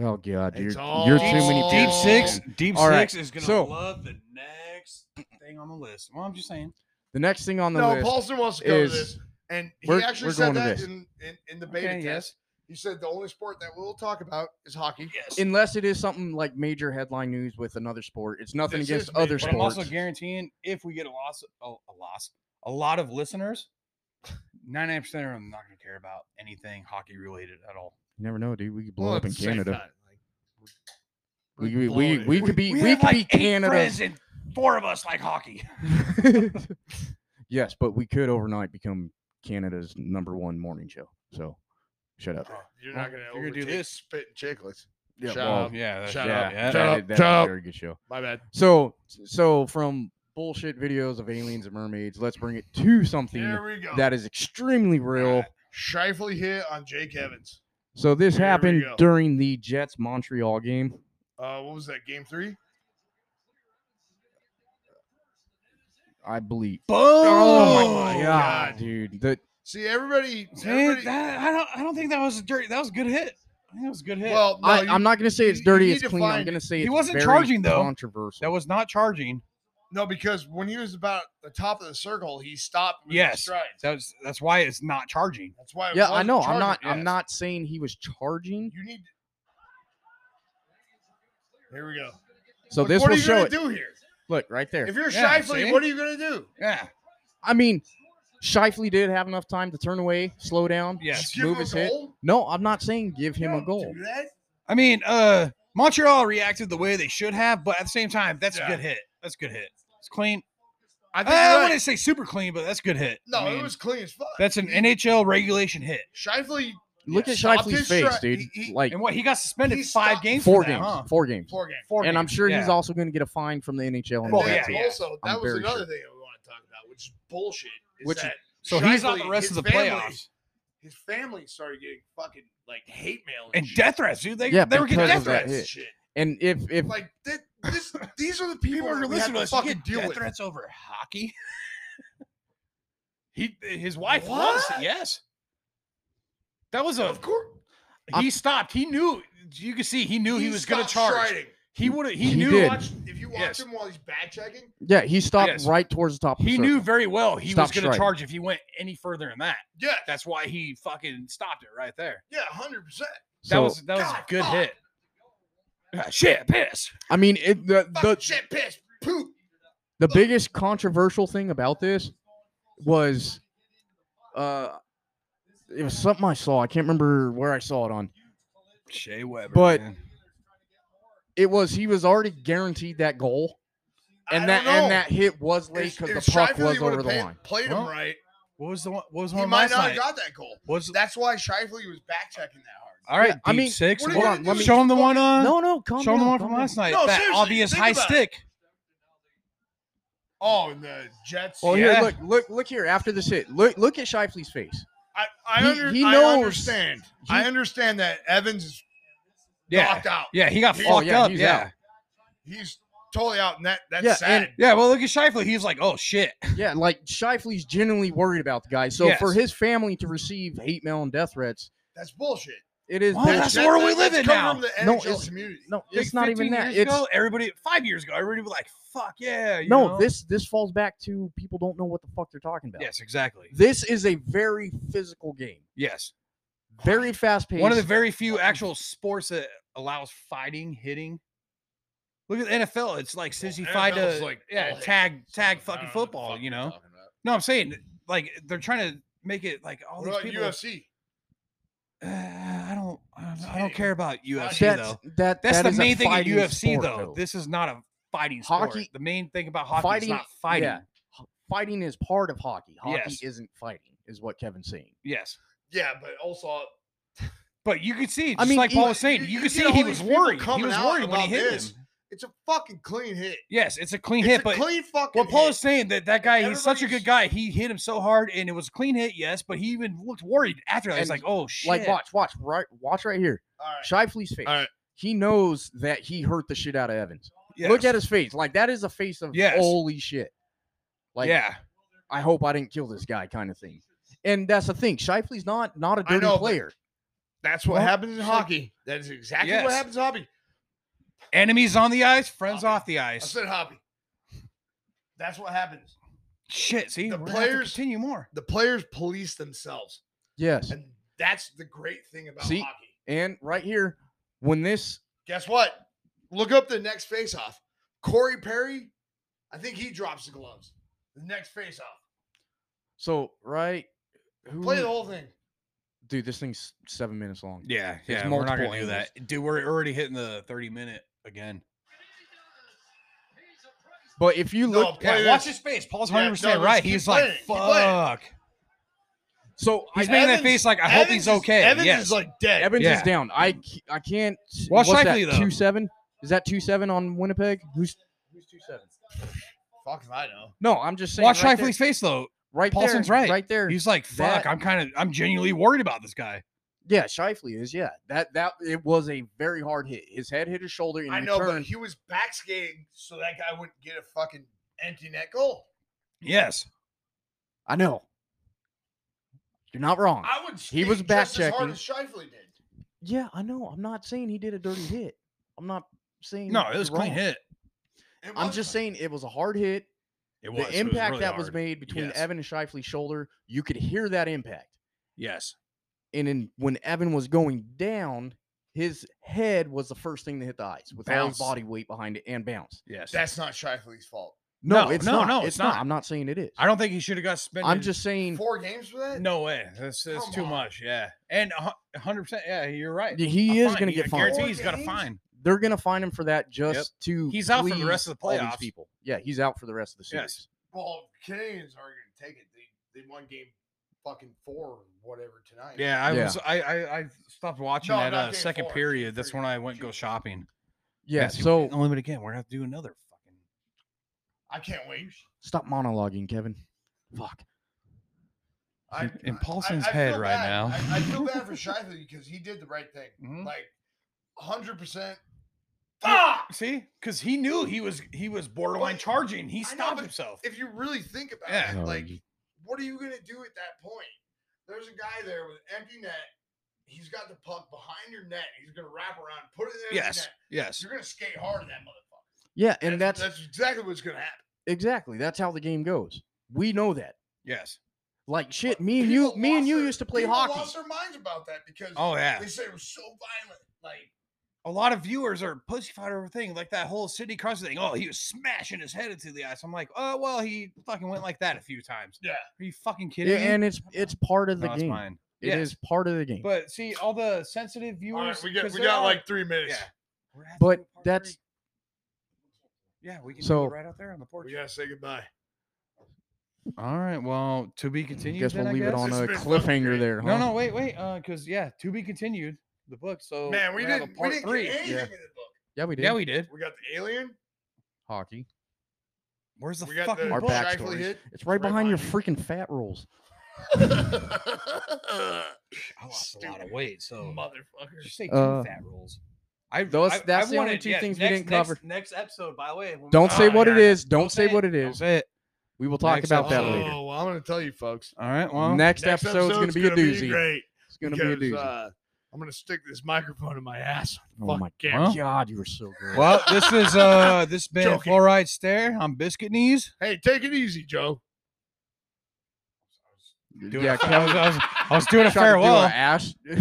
Speaker 3: Oh God, you're,
Speaker 1: It's
Speaker 3: you're too many.
Speaker 1: all-
Speaker 2: Deep
Speaker 3: people.
Speaker 2: six, deep
Speaker 3: All right,
Speaker 2: six is gonna
Speaker 3: so-
Speaker 2: love the next thing on the list. Well, I'm just saying.
Speaker 3: The next thing on the
Speaker 1: No,
Speaker 3: list.
Speaker 1: Paulson wants to go
Speaker 3: is-
Speaker 1: to this, and he
Speaker 3: we're-
Speaker 1: actually
Speaker 3: we're
Speaker 1: said
Speaker 3: going to
Speaker 1: that
Speaker 3: this.
Speaker 1: in, in in the beta
Speaker 2: Okay,
Speaker 1: test.
Speaker 2: yes.
Speaker 1: He said the only sport that we'll talk about is hockey.
Speaker 2: Yes.
Speaker 3: Unless it is something like major headline news with another sport, it's nothing
Speaker 1: This
Speaker 3: against
Speaker 1: is major-
Speaker 3: other
Speaker 2: But
Speaker 3: sports.
Speaker 2: I'm also guaranteeing if we get a loss, a, a loss, a lot of listeners, 99% of them not going to care about anything hockey related at all.
Speaker 3: you never know, dude. We could blow
Speaker 1: Well,
Speaker 3: up
Speaker 1: at
Speaker 3: in
Speaker 1: the same
Speaker 3: Canada.
Speaker 1: time, like,
Speaker 3: We,
Speaker 1: we're
Speaker 3: we, we,
Speaker 1: blowing
Speaker 3: we
Speaker 1: it.
Speaker 3: could be we,
Speaker 2: have
Speaker 3: could be
Speaker 2: eight
Speaker 3: Canada.
Speaker 2: friends and four of us like hockey.
Speaker 3: [LAUGHS] yes, but we could overnight become Canada's number one morning show. So shut up.
Speaker 1: You're
Speaker 2: Well,
Speaker 1: not gonna.
Speaker 2: if you're gonna do
Speaker 1: overtake
Speaker 2: this-
Speaker 1: Spit and chicklets.
Speaker 3: Yeah,
Speaker 1: Shout
Speaker 3: well,
Speaker 1: out.
Speaker 2: yeah.
Speaker 1: Shut
Speaker 2: yeah,
Speaker 1: up.
Speaker 2: yeah.
Speaker 1: Shut up.
Speaker 3: that- that was
Speaker 1: shut
Speaker 3: a
Speaker 1: up.
Speaker 3: very good show.
Speaker 1: My bad.
Speaker 3: So so from bullshit videos of aliens and mermaids, let's bring it to something
Speaker 1: Here we go.
Speaker 3: that is extremely real.
Speaker 1: Shifley hit on Jake Evans.
Speaker 3: So this
Speaker 1: Here we
Speaker 3: happened
Speaker 1: go.
Speaker 3: during the Jets Montreal game.
Speaker 1: Uh, what was that? Game three.
Speaker 3: I believe.
Speaker 2: Boom.
Speaker 1: Oh my
Speaker 3: God,
Speaker 1: God.
Speaker 3: dude. The,
Speaker 1: See everybody.
Speaker 2: See,
Speaker 1: everybody
Speaker 2: that- I, don't, I don't think that was a dirty. That was a good hit. I think that was a good hit.
Speaker 1: well, no,
Speaker 3: I,
Speaker 1: you-
Speaker 3: I'm not gonna say it's
Speaker 1: you- you
Speaker 3: dirty.
Speaker 1: need
Speaker 3: It's
Speaker 1: to
Speaker 3: clean. I'm
Speaker 1: find-
Speaker 3: gonna say
Speaker 2: He
Speaker 3: it's
Speaker 2: wasn't
Speaker 3: very
Speaker 2: charging, though.
Speaker 3: Controversial.
Speaker 2: that was not charging.
Speaker 1: No, because when he was about the top of the circle, he stopped. with his
Speaker 2: Yes.
Speaker 1: strides.
Speaker 2: That's that's why it's not charging.
Speaker 1: That's why. it
Speaker 3: yeah, I
Speaker 1: wasn't
Speaker 3: know. I'm
Speaker 1: charging.
Speaker 3: not. I'm
Speaker 1: Yes.
Speaker 3: not saying he was charging.
Speaker 1: You need. Here we go.
Speaker 3: So
Speaker 1: Look,
Speaker 3: this
Speaker 1: what
Speaker 3: will
Speaker 1: are you
Speaker 3: show
Speaker 1: gonna
Speaker 3: it.
Speaker 1: do here?
Speaker 3: Look right there.
Speaker 1: If you're
Speaker 2: Yeah,
Speaker 1: Shifley,
Speaker 2: see?
Speaker 1: what are you gonna do?
Speaker 2: Yeah.
Speaker 3: I mean, Shifley did have enough time to turn away, slow down.
Speaker 2: Yes.
Speaker 1: Just give
Speaker 3: move
Speaker 1: him
Speaker 3: his
Speaker 1: a
Speaker 3: hit.
Speaker 1: goal?
Speaker 3: No, I'm not saying give him a
Speaker 1: Don't
Speaker 3: goal.
Speaker 1: do that.
Speaker 2: I mean, uh, Montreal reacted the way they should have, but at the same time, that's a
Speaker 1: Yeah.
Speaker 2: good hit. That's a good hit. It's clean.
Speaker 1: I
Speaker 2: Uh,
Speaker 1: think
Speaker 2: I
Speaker 1: you're right.
Speaker 2: wouldn't say super clean, but that's a good hit.
Speaker 1: No,
Speaker 2: I
Speaker 1: it
Speaker 2: mean,
Speaker 1: was clean as fuck.
Speaker 2: That's an NHL regulation hit,
Speaker 1: Shifley
Speaker 3: Look at
Speaker 1: Stopped
Speaker 3: Shifley's
Speaker 1: his
Speaker 3: face,
Speaker 1: stri-
Speaker 3: dude.
Speaker 1: he- he-
Speaker 3: like
Speaker 2: and what he got suspended
Speaker 1: He
Speaker 2: five
Speaker 1: stopped-
Speaker 2: games. for
Speaker 3: four
Speaker 2: that,
Speaker 3: games.
Speaker 2: huh?
Speaker 3: Four games.
Speaker 1: four games.
Speaker 2: Four
Speaker 3: and I'm
Speaker 2: games,
Speaker 3: sure he's
Speaker 2: yeah.
Speaker 3: also going to get a fine from the NHL.
Speaker 1: And
Speaker 3: on
Speaker 2: Oh,
Speaker 3: that
Speaker 1: then
Speaker 2: yeah,
Speaker 3: too.
Speaker 2: yeah.
Speaker 1: Also,
Speaker 3: I'm
Speaker 1: that was
Speaker 3: very
Speaker 1: another
Speaker 3: sure.
Speaker 1: thing that we want to talk about, which is bullshit. Is
Speaker 3: Which-
Speaker 1: that
Speaker 2: So he's out
Speaker 1: Shifley,
Speaker 2: the rest of
Speaker 1: his
Speaker 2: the
Speaker 1: family-
Speaker 2: playoffs
Speaker 1: His family started getting fucking like hate mail
Speaker 2: and
Speaker 1: shit.
Speaker 2: death threats, dude. They
Speaker 3: Yeah,
Speaker 2: they were getting
Speaker 3: because
Speaker 2: death
Speaker 3: of that
Speaker 2: threats.
Speaker 3: hit.
Speaker 1: Shit.
Speaker 3: And if if
Speaker 1: Like that,
Speaker 3: [LAUGHS]
Speaker 1: this, these are the people that we have to
Speaker 2: You
Speaker 1: fucking
Speaker 2: get
Speaker 1: deal
Speaker 2: death
Speaker 1: with.
Speaker 2: threats over hockey. he, his wife
Speaker 1: What?
Speaker 2: loves it. Yes, that was a.
Speaker 1: Of course,
Speaker 2: He stopped. He knew. You could see. He knew he, was going to
Speaker 1: stopped
Speaker 2: charge.
Speaker 1: striding.
Speaker 2: He would. have He,
Speaker 3: He
Speaker 2: knew.
Speaker 3: did.
Speaker 1: Watch, if you watch
Speaker 2: Yes.
Speaker 1: him while he's back checking,
Speaker 3: yeah, he stopped
Speaker 2: Yes.
Speaker 3: right towards the top. Of the
Speaker 2: He
Speaker 3: circle.
Speaker 2: knew very well he
Speaker 3: Stop
Speaker 2: was going to
Speaker 3: striding.
Speaker 2: charge if he went any further than that.
Speaker 1: yeah,
Speaker 2: That's why he fucking stopped it right there.
Speaker 1: yeah, hundred percent.
Speaker 2: That
Speaker 3: So,
Speaker 2: was that was a
Speaker 1: God,
Speaker 2: good
Speaker 1: fuck.
Speaker 2: hit. Ah, shit, piss.
Speaker 3: I mean, it, the
Speaker 1: Fucking
Speaker 3: the
Speaker 1: shit, piss, poop.
Speaker 3: the biggest controversial thing about this was, uh, it was something I saw. I can't remember where I saw it on.
Speaker 2: Shea Weber.
Speaker 3: But-
Speaker 2: man.
Speaker 3: It was he was already guaranteed that goal,
Speaker 1: I
Speaker 3: and
Speaker 1: don't
Speaker 3: that
Speaker 1: know.
Speaker 3: and that hit was late
Speaker 1: If-
Speaker 3: because
Speaker 1: if
Speaker 3: the puck
Speaker 1: Shifley
Speaker 3: was
Speaker 1: would've
Speaker 3: over the
Speaker 1: paid-
Speaker 3: line.
Speaker 1: Played him
Speaker 2: Well,
Speaker 1: right.
Speaker 2: what was the one? What was
Speaker 1: He
Speaker 2: one
Speaker 1: might
Speaker 2: last
Speaker 1: not have
Speaker 2: night?
Speaker 1: got that goal.
Speaker 2: was
Speaker 1: That's why Shifley was back checking that hard.
Speaker 2: all right.
Speaker 3: Yeah,
Speaker 2: deep
Speaker 3: I mean,
Speaker 2: six.
Speaker 1: what are
Speaker 3: you
Speaker 2: Hold
Speaker 3: gonna
Speaker 2: on.
Speaker 3: do?
Speaker 2: Let me show him the one on.
Speaker 3: No, no, calm
Speaker 2: show him the
Speaker 3: down,
Speaker 2: one
Speaker 3: calm
Speaker 2: from
Speaker 3: down.
Speaker 2: last night.
Speaker 1: No,
Speaker 2: that
Speaker 1: seriously,
Speaker 2: obvious
Speaker 1: think
Speaker 2: high
Speaker 1: about it.
Speaker 2: stick.
Speaker 1: Oh, and the Jets.
Speaker 3: Well,
Speaker 2: Yeah.
Speaker 3: here, look, look, look here. After this hit, look, look at Shifley's face.
Speaker 1: I, I,
Speaker 3: He-
Speaker 1: under,
Speaker 3: he
Speaker 1: I
Speaker 3: knows.
Speaker 1: understand. I understand that Evans is
Speaker 2: Yeah,
Speaker 1: knocked out.
Speaker 2: yeah. He got
Speaker 1: Oh,
Speaker 2: fucked
Speaker 3: yeah,
Speaker 2: up.
Speaker 3: he's
Speaker 2: Yeah,
Speaker 3: out.
Speaker 1: He's totally out, and that that's
Speaker 3: Yeah,
Speaker 1: sad.
Speaker 3: and-
Speaker 2: yeah. Well, look at Shifley. He's like, oh shit.
Speaker 3: Yeah, like Shifley's genuinely worried about the guy. So for
Speaker 2: Yes.
Speaker 3: his family to receive hate mail and death threats,
Speaker 1: that's bullshit.
Speaker 3: it is
Speaker 2: Well,
Speaker 3: bullshit.
Speaker 2: Oh, that's where we live in
Speaker 1: come
Speaker 2: now.
Speaker 1: From the
Speaker 3: No,
Speaker 1: NHL
Speaker 3: it's-
Speaker 1: community.
Speaker 3: no,
Speaker 2: Like,
Speaker 3: it's not even
Speaker 2: 15
Speaker 3: that.
Speaker 2: years
Speaker 3: It's
Speaker 2: ago, everybody five years ago. Everybody was like, fuck yeah. you
Speaker 3: no,
Speaker 2: know?
Speaker 3: this this falls back to people don't know what the fuck they're talking about.
Speaker 2: Yes, exactly.
Speaker 3: This is a very physical game,
Speaker 2: Yes.
Speaker 3: very fast paced.
Speaker 2: One of the very few actual sports that allows fighting, hitting. Look at the NFL. It's like since you fight
Speaker 1: NFL 's
Speaker 2: to
Speaker 1: like all
Speaker 2: yeah,
Speaker 1: hits,
Speaker 2: tag tag
Speaker 1: I don't know
Speaker 2: fucking
Speaker 1: what the
Speaker 2: football,
Speaker 1: fuck
Speaker 2: you
Speaker 1: we're
Speaker 2: know.
Speaker 1: talking about.
Speaker 2: No, I'm saying like they're trying to make it like all
Speaker 1: What about
Speaker 2: these people.
Speaker 1: UFC?
Speaker 2: Uh, I don't, I don't, I don't
Speaker 1: Hitting.
Speaker 2: care about UFC
Speaker 3: that's,
Speaker 2: though.
Speaker 3: that
Speaker 2: That's
Speaker 3: that
Speaker 2: the
Speaker 3: is a
Speaker 2: main thing in
Speaker 3: fighting
Speaker 2: UFC
Speaker 3: sport,
Speaker 2: though. This is not a fighting sport.
Speaker 3: Hockey-
Speaker 2: The main thing about hockey
Speaker 3: Fighting-
Speaker 2: is not fighting.
Speaker 3: yeah. H- fighting is part of hockey. Hockey
Speaker 2: Yes.
Speaker 3: isn't fighting, is what Kevin's saying.
Speaker 2: Yes.
Speaker 1: Yeah, but also
Speaker 2: But you could see, just
Speaker 3: I mean,
Speaker 2: like Paul
Speaker 3: even-
Speaker 2: was saying, you,
Speaker 1: you-
Speaker 2: could
Speaker 1: you
Speaker 2: see
Speaker 1: know,
Speaker 2: he
Speaker 1: all
Speaker 2: was
Speaker 1: these people
Speaker 2: worried. He
Speaker 1: coming
Speaker 2: was
Speaker 1: out
Speaker 2: worried when he
Speaker 1: about
Speaker 2: hit
Speaker 1: this.
Speaker 2: him.
Speaker 1: It's a fucking clean hit.
Speaker 2: Yes, it's a clean
Speaker 1: It's
Speaker 2: hit,
Speaker 1: a
Speaker 2: but
Speaker 1: clean fucking.
Speaker 2: what Paul
Speaker 1: hit.
Speaker 2: is saying that that guy, he's such a
Speaker 1: Everybody's-
Speaker 2: good guy. He hit him so hard, and it was a clean hit, yes, but he even looked worried after that. He's
Speaker 3: And,
Speaker 2: like, "Oh shit!"
Speaker 3: Like, watch, watch, right, watch right here.
Speaker 1: All right.
Speaker 3: Shifley's face.
Speaker 1: All right.
Speaker 3: He knows that he hurt the shit out of Evans.
Speaker 2: Yes.
Speaker 3: Look at his face. Like that is a face of
Speaker 2: Yes.
Speaker 3: holy shit. Like
Speaker 2: yeah,
Speaker 3: I hope I didn't kill this guy kind of thing. And that's the thing. Shifley's not not a
Speaker 1: I
Speaker 3: dirty
Speaker 1: know, but-
Speaker 3: player.
Speaker 1: That's what
Speaker 2: Well,
Speaker 1: happens in
Speaker 2: shit.
Speaker 1: hockey. That is exactly
Speaker 2: Yes.
Speaker 1: what happens in hockey.
Speaker 2: enemies on the ice, friends
Speaker 1: Hockey.
Speaker 2: off the
Speaker 1: I
Speaker 2: ice.
Speaker 1: said hockey. That's what happens.
Speaker 2: Shit, see,
Speaker 1: the
Speaker 2: we're gonna have to
Speaker 1: players-
Speaker 2: continue more.
Speaker 1: The players police themselves,
Speaker 3: Yes.
Speaker 1: and that's the great thing about
Speaker 3: See?
Speaker 1: hockey.
Speaker 3: And right here, when this
Speaker 1: Guess what? Look up the next face-off. Corey Perry, I think he drops the gloves. The next face-off.
Speaker 3: so right who,
Speaker 1: Play the whole thing.
Speaker 3: dude, this thing's seven minutes long.
Speaker 2: Yeah,
Speaker 3: There's
Speaker 2: yeah, we're not gonna
Speaker 3: multiple
Speaker 2: do
Speaker 3: angles.
Speaker 2: that, dude. We're already hitting the thirty minute again.
Speaker 3: But if you
Speaker 1: No,
Speaker 3: look
Speaker 1: play
Speaker 2: Yeah,
Speaker 1: this.
Speaker 2: watch his face. Paul's
Speaker 1: Yeah,
Speaker 2: hundred percent
Speaker 1: no,
Speaker 2: right.
Speaker 1: let's keep
Speaker 2: He's
Speaker 1: playing,
Speaker 2: like,
Speaker 1: keep playing.
Speaker 2: "Fuck."
Speaker 3: so I,
Speaker 2: He's making that
Speaker 1: Evans-
Speaker 2: face like, "I hope
Speaker 1: Evans
Speaker 2: he's
Speaker 1: is-
Speaker 2: okay."
Speaker 1: Evans
Speaker 2: yes.
Speaker 1: is like dead.
Speaker 3: Evans
Speaker 2: Yeah.
Speaker 3: is down. I c- I can't
Speaker 2: Well,
Speaker 3: what's that,
Speaker 2: Shifley, though.
Speaker 3: two seven? Is that two seven on Winnipeg? Who's who's two seven?
Speaker 1: Fuck if I know.
Speaker 3: No, I'm just saying
Speaker 2: watch
Speaker 3: right there-
Speaker 2: Shifley's face though.
Speaker 3: right
Speaker 2: Paulson's
Speaker 3: there,
Speaker 2: right.
Speaker 3: right there.
Speaker 2: He's like,
Speaker 3: That-
Speaker 2: "Fuck, I'm kind of, I'm genuinely worried about this guy."
Speaker 3: Yeah, Shifley is. Yeah, that that it was a very hard hit. His head hit his shoulder in
Speaker 1: I know,
Speaker 3: return.
Speaker 1: but he was backskating so that guy wouldn't get a fucking empty net goal.
Speaker 2: Yes.
Speaker 3: I know. You're not wrong.
Speaker 1: I would.
Speaker 3: He was
Speaker 1: skate just as hard
Speaker 3: backchecking.
Speaker 1: as Shifley did.
Speaker 3: yeah, I know. I'm not saying he did a dirty hit. I'm not saying
Speaker 2: No, it was a
Speaker 3: you're
Speaker 2: clean
Speaker 3: wrong.
Speaker 2: hit.
Speaker 1: It
Speaker 3: I'm
Speaker 1: was
Speaker 3: just
Speaker 1: fun.
Speaker 3: saying it was a hard hit.
Speaker 2: It
Speaker 3: The impact
Speaker 2: really
Speaker 3: that was
Speaker 2: hard.
Speaker 3: made between
Speaker 2: Yes.
Speaker 3: Evan and Shifley's shoulder, you could hear that impact.
Speaker 2: Yes.
Speaker 3: And then when Evan was going down, his head was the first thing to hit the ice with all
Speaker 2: Bounce.
Speaker 3: his body weight behind it and bounce.
Speaker 2: Yes.
Speaker 1: That's not Shifley's fault.
Speaker 3: No,
Speaker 2: No,
Speaker 3: it's
Speaker 2: no,
Speaker 3: not.
Speaker 2: no,
Speaker 3: it's,
Speaker 2: it's
Speaker 3: not.
Speaker 2: not.
Speaker 3: I'm not saying it is.
Speaker 2: I don't think he should have got suspended.
Speaker 3: I'm just saying
Speaker 1: Four games for that?
Speaker 2: no way. That's, that's
Speaker 1: Come
Speaker 2: too
Speaker 1: on.
Speaker 2: much. Yeah. And a hu- a hundred percent. Yeah, you're right. A
Speaker 3: he is
Speaker 2: fine.
Speaker 3: going to
Speaker 2: Yeah,
Speaker 3: get
Speaker 2: I
Speaker 3: fined.
Speaker 2: Guarantee he's got a
Speaker 1: Four
Speaker 2: fine.
Speaker 3: They're going to fine him for that just to
Speaker 2: He's out for the rest
Speaker 3: please
Speaker 2: of the
Speaker 3: all these
Speaker 2: playoffs.
Speaker 3: people. Yeah, he's out for the rest of the series.
Speaker 2: Yes.
Speaker 1: Well, Canadians aren't going to take it. They they won game fucking four or whatever tonight.
Speaker 2: Yeah, I
Speaker 3: Yeah.
Speaker 2: was. I I, I stopped watching
Speaker 1: No,
Speaker 2: at
Speaker 1: not
Speaker 2: uh,
Speaker 1: game
Speaker 2: second
Speaker 1: four, game
Speaker 2: period. That's
Speaker 1: three,
Speaker 2: when I went
Speaker 1: two.
Speaker 2: go shopping.
Speaker 3: Yeah.
Speaker 2: Yes,
Speaker 3: so
Speaker 2: unlimited again. We're gonna have to do another fucking.
Speaker 1: I can't wait.
Speaker 3: stop monologuing, Kevin. Fuck.
Speaker 1: I,
Speaker 2: In- in
Speaker 1: I-
Speaker 2: Paulson's
Speaker 1: I- I
Speaker 2: head
Speaker 1: feel
Speaker 2: right
Speaker 1: bad.
Speaker 2: now.
Speaker 1: I, I feel
Speaker 2: [LAUGHS]
Speaker 1: bad for Shifley because he did the right thing.
Speaker 3: Mm-hmm.
Speaker 2: Mhm.
Speaker 1: Like, hundred percent.
Speaker 2: Yeah, See, because he knew he was he was borderline
Speaker 1: But-
Speaker 2: charging. He
Speaker 1: know,
Speaker 2: stopped
Speaker 1: but
Speaker 2: himself.
Speaker 1: If you really think about
Speaker 2: Yeah.
Speaker 1: it,
Speaker 3: Oh,
Speaker 1: like,
Speaker 3: you-
Speaker 1: what are you going to do at that point? There's a guy there with an empty net. He's got the puck behind your net. He's going to wrap around, put it in the empty
Speaker 2: yes,
Speaker 1: net.
Speaker 2: yes.
Speaker 1: You're going to skate hard in that motherfucker.
Speaker 3: Yeah, and that's,
Speaker 1: that's exactly what's going to happen.
Speaker 3: exactly that's how the game goes. We know that.
Speaker 2: Yes.
Speaker 3: Like shit,
Speaker 1: But
Speaker 3: me and
Speaker 1: people
Speaker 3: you, me and
Speaker 1: lost
Speaker 3: you
Speaker 1: their-
Speaker 3: used to play
Speaker 1: people
Speaker 3: hockey.
Speaker 1: Lost their minds about that because
Speaker 2: Oh yeah.
Speaker 1: they said it was so violent. Like
Speaker 2: A lot of viewers are pussyfied over thing like that whole Sidney Crosby thing. Oh, he was smashing his head into the ice. I'm like, oh well, he fucking went like that a few times.
Speaker 1: yeah,
Speaker 2: Are you fucking kidding
Speaker 3: Yeah,
Speaker 2: me?
Speaker 3: and it's it's part of the
Speaker 2: No, it's
Speaker 3: game.
Speaker 2: mine.
Speaker 3: It is
Speaker 2: Yes.
Speaker 3: part of the game. But,
Speaker 2: But see, all the sensitive
Speaker 1: all
Speaker 2: viewers.
Speaker 1: right, we got
Speaker 2: 'cause
Speaker 1: we
Speaker 2: there
Speaker 1: got
Speaker 2: are-
Speaker 1: like three minutes.
Speaker 2: Yeah. We're gonna have to do a part
Speaker 3: that's
Speaker 2: three. Yeah, we can do
Speaker 3: So-
Speaker 2: it right out there on the porch.
Speaker 1: We gotta say goodbye.
Speaker 2: All right. Mm-hmm. Well, to be continued.
Speaker 3: guess
Speaker 2: then,
Speaker 3: we'll leave it on
Speaker 1: It's
Speaker 3: a
Speaker 1: been fucking
Speaker 3: cliffhanger
Speaker 1: great.
Speaker 3: there.
Speaker 2: No,
Speaker 3: Huh?
Speaker 2: no, wait, wait. Uh, cause yeah, to be continued. The book. So
Speaker 1: Man, we
Speaker 2: we're gonna have a
Speaker 1: didn't we
Speaker 2: part
Speaker 1: didn't
Speaker 2: three.
Speaker 1: get anything
Speaker 3: yeah.
Speaker 1: in the book.
Speaker 3: Yeah, we did.
Speaker 2: Yeah, we did.
Speaker 1: We got the alien.
Speaker 3: hockey.
Speaker 2: Where's the
Speaker 1: we got
Speaker 2: fucking
Speaker 1: the
Speaker 3: Our
Speaker 2: book?
Speaker 3: back-
Speaker 1: Shifley
Speaker 3: backstories. [LAUGHS]
Speaker 1: hit. [LAUGHS]
Speaker 3: It's right,
Speaker 1: Right
Speaker 3: behind your
Speaker 1: behind
Speaker 3: freaking fat rolls.
Speaker 2: I lost a lot of
Speaker 1: Stupid.
Speaker 2: weight, so
Speaker 1: Motherfucker.
Speaker 2: just say two
Speaker 3: Uh,
Speaker 2: fat rolls. I
Speaker 3: those-
Speaker 2: I-
Speaker 3: that's
Speaker 2: I
Speaker 3: the only
Speaker 2: wanted-
Speaker 3: two
Speaker 2: yeah,
Speaker 3: things we
Speaker 2: next-
Speaker 3: didn't
Speaker 2: next-
Speaker 3: cover.
Speaker 2: Next episode, by the way. when we-
Speaker 3: Don't say
Speaker 2: Oh,
Speaker 3: what
Speaker 2: yeah,
Speaker 3: it is. Don't
Speaker 2: Don't
Speaker 3: say
Speaker 2: say
Speaker 3: what it
Speaker 2: Don't
Speaker 3: is.
Speaker 2: say it.
Speaker 3: We will talk
Speaker 2: Next
Speaker 3: about that
Speaker 2: episode.
Speaker 3: later.
Speaker 1: Oh, well, I'm gonna tell you folks.
Speaker 2: All right. Well,
Speaker 3: next, episode's, going
Speaker 1: episode's
Speaker 3: to be a doozy.
Speaker 1: great
Speaker 3: it's going to be a
Speaker 1: because,
Speaker 3: doozy.
Speaker 1: uh, I'm gonna stick this microphone in my ass.
Speaker 3: oh my
Speaker 1: fuck yeah.
Speaker 2: Well,
Speaker 3: god, you were so good.
Speaker 2: well, this is uh, this has been
Speaker 1: Joking.
Speaker 2: fluoride stare. I'm biscuit knees.
Speaker 1: Hey, take it easy, Joe.
Speaker 2: Doing
Speaker 3: yeah,
Speaker 2: a- I was,
Speaker 3: Kevin
Speaker 2: I was, I
Speaker 1: [LAUGHS]
Speaker 2: was doing a
Speaker 3: tried to do
Speaker 2: farewell.
Speaker 3: a ash,
Speaker 1: He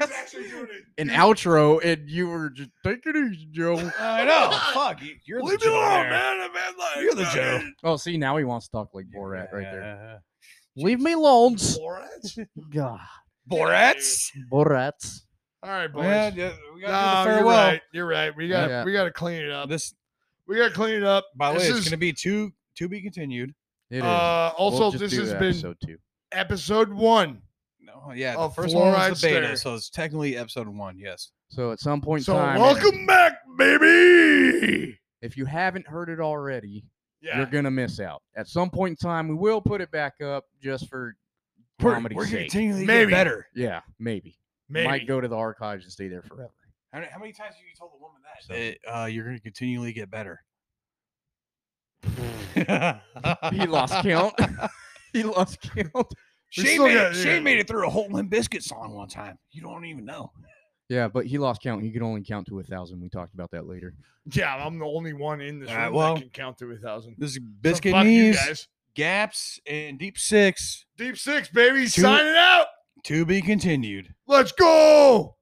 Speaker 1: was actually doing it.
Speaker 3: an outro, and you were just take it easy, Joe. [LAUGHS]
Speaker 2: I know. Oh, Fuck, you- you're the
Speaker 1: Leave me
Speaker 2: Joe
Speaker 1: alone,
Speaker 2: there.
Speaker 1: man. I've had like
Speaker 2: You're the Joe.
Speaker 1: fucking-
Speaker 3: Oh, see, now he wants to talk like Borat right there.
Speaker 2: there.
Speaker 3: Leave me
Speaker 1: [LAUGHS]
Speaker 3: alone.
Speaker 1: Borat?
Speaker 3: God,
Speaker 2: Borats.
Speaker 3: Borats.
Speaker 1: All right, boys.
Speaker 2: Yeah, yeah,
Speaker 1: No,
Speaker 2: we gotta do the
Speaker 1: you're
Speaker 2: farewell.
Speaker 1: right. You're right. We got
Speaker 3: Yeah.
Speaker 1: we got to clean it up.
Speaker 2: Uh, This,
Speaker 1: We got to clean it up.
Speaker 2: by the way,
Speaker 1: this
Speaker 2: it's
Speaker 1: is,
Speaker 2: gonna be two to be continued.
Speaker 3: It is.
Speaker 1: uh,
Speaker 3: We'll
Speaker 1: also
Speaker 3: just
Speaker 1: this
Speaker 3: do
Speaker 1: has
Speaker 3: that
Speaker 1: been
Speaker 3: episode two.
Speaker 1: episode one.
Speaker 2: No, Oh yeah, the
Speaker 1: Of
Speaker 2: first one was
Speaker 1: fluoride
Speaker 2: the beta,
Speaker 1: stare.
Speaker 2: so it's technically episode one. Yes.
Speaker 3: So at some point in
Speaker 1: So
Speaker 3: time, if-
Speaker 1: welcome back, baby.
Speaker 3: if you haven't heard it already,
Speaker 1: Yeah.
Speaker 3: you're gonna miss out. At some point in time, we will put it back up just for comedy's sake.
Speaker 2: continually
Speaker 1: get Maybe.
Speaker 2: better.
Speaker 3: yeah, maybe.
Speaker 1: Maybe.
Speaker 3: Might
Speaker 1: [LAUGHS]
Speaker 3: go to the archives and stay there forever.
Speaker 2: How many, how many times have you told a woman that? uh, you're going to continually get [LAUGHS] better.
Speaker 3: [LAUGHS] He lost count. he lost count.
Speaker 1: We
Speaker 2: Shane,
Speaker 1: still
Speaker 2: made,
Speaker 1: got-
Speaker 2: it, Shane
Speaker 1: yeah.
Speaker 2: made it through a whole Limp Biscuit song one time. You don't even know.
Speaker 3: Yeah, but he lost count. He could only count to a thousand. We talked about that later.
Speaker 1: Yeah, I'm the only one in this
Speaker 2: All
Speaker 1: room
Speaker 2: right, well,
Speaker 1: that can count to a thousand.
Speaker 2: This is
Speaker 1: So
Speaker 2: Biscuit
Speaker 1: fuck you
Speaker 2: Knees,
Speaker 1: guys.
Speaker 2: Gaps, and Deep Six
Speaker 1: Deep six, baby.
Speaker 2: Two-
Speaker 1: Signing out.
Speaker 2: to be continued.
Speaker 1: Let's go.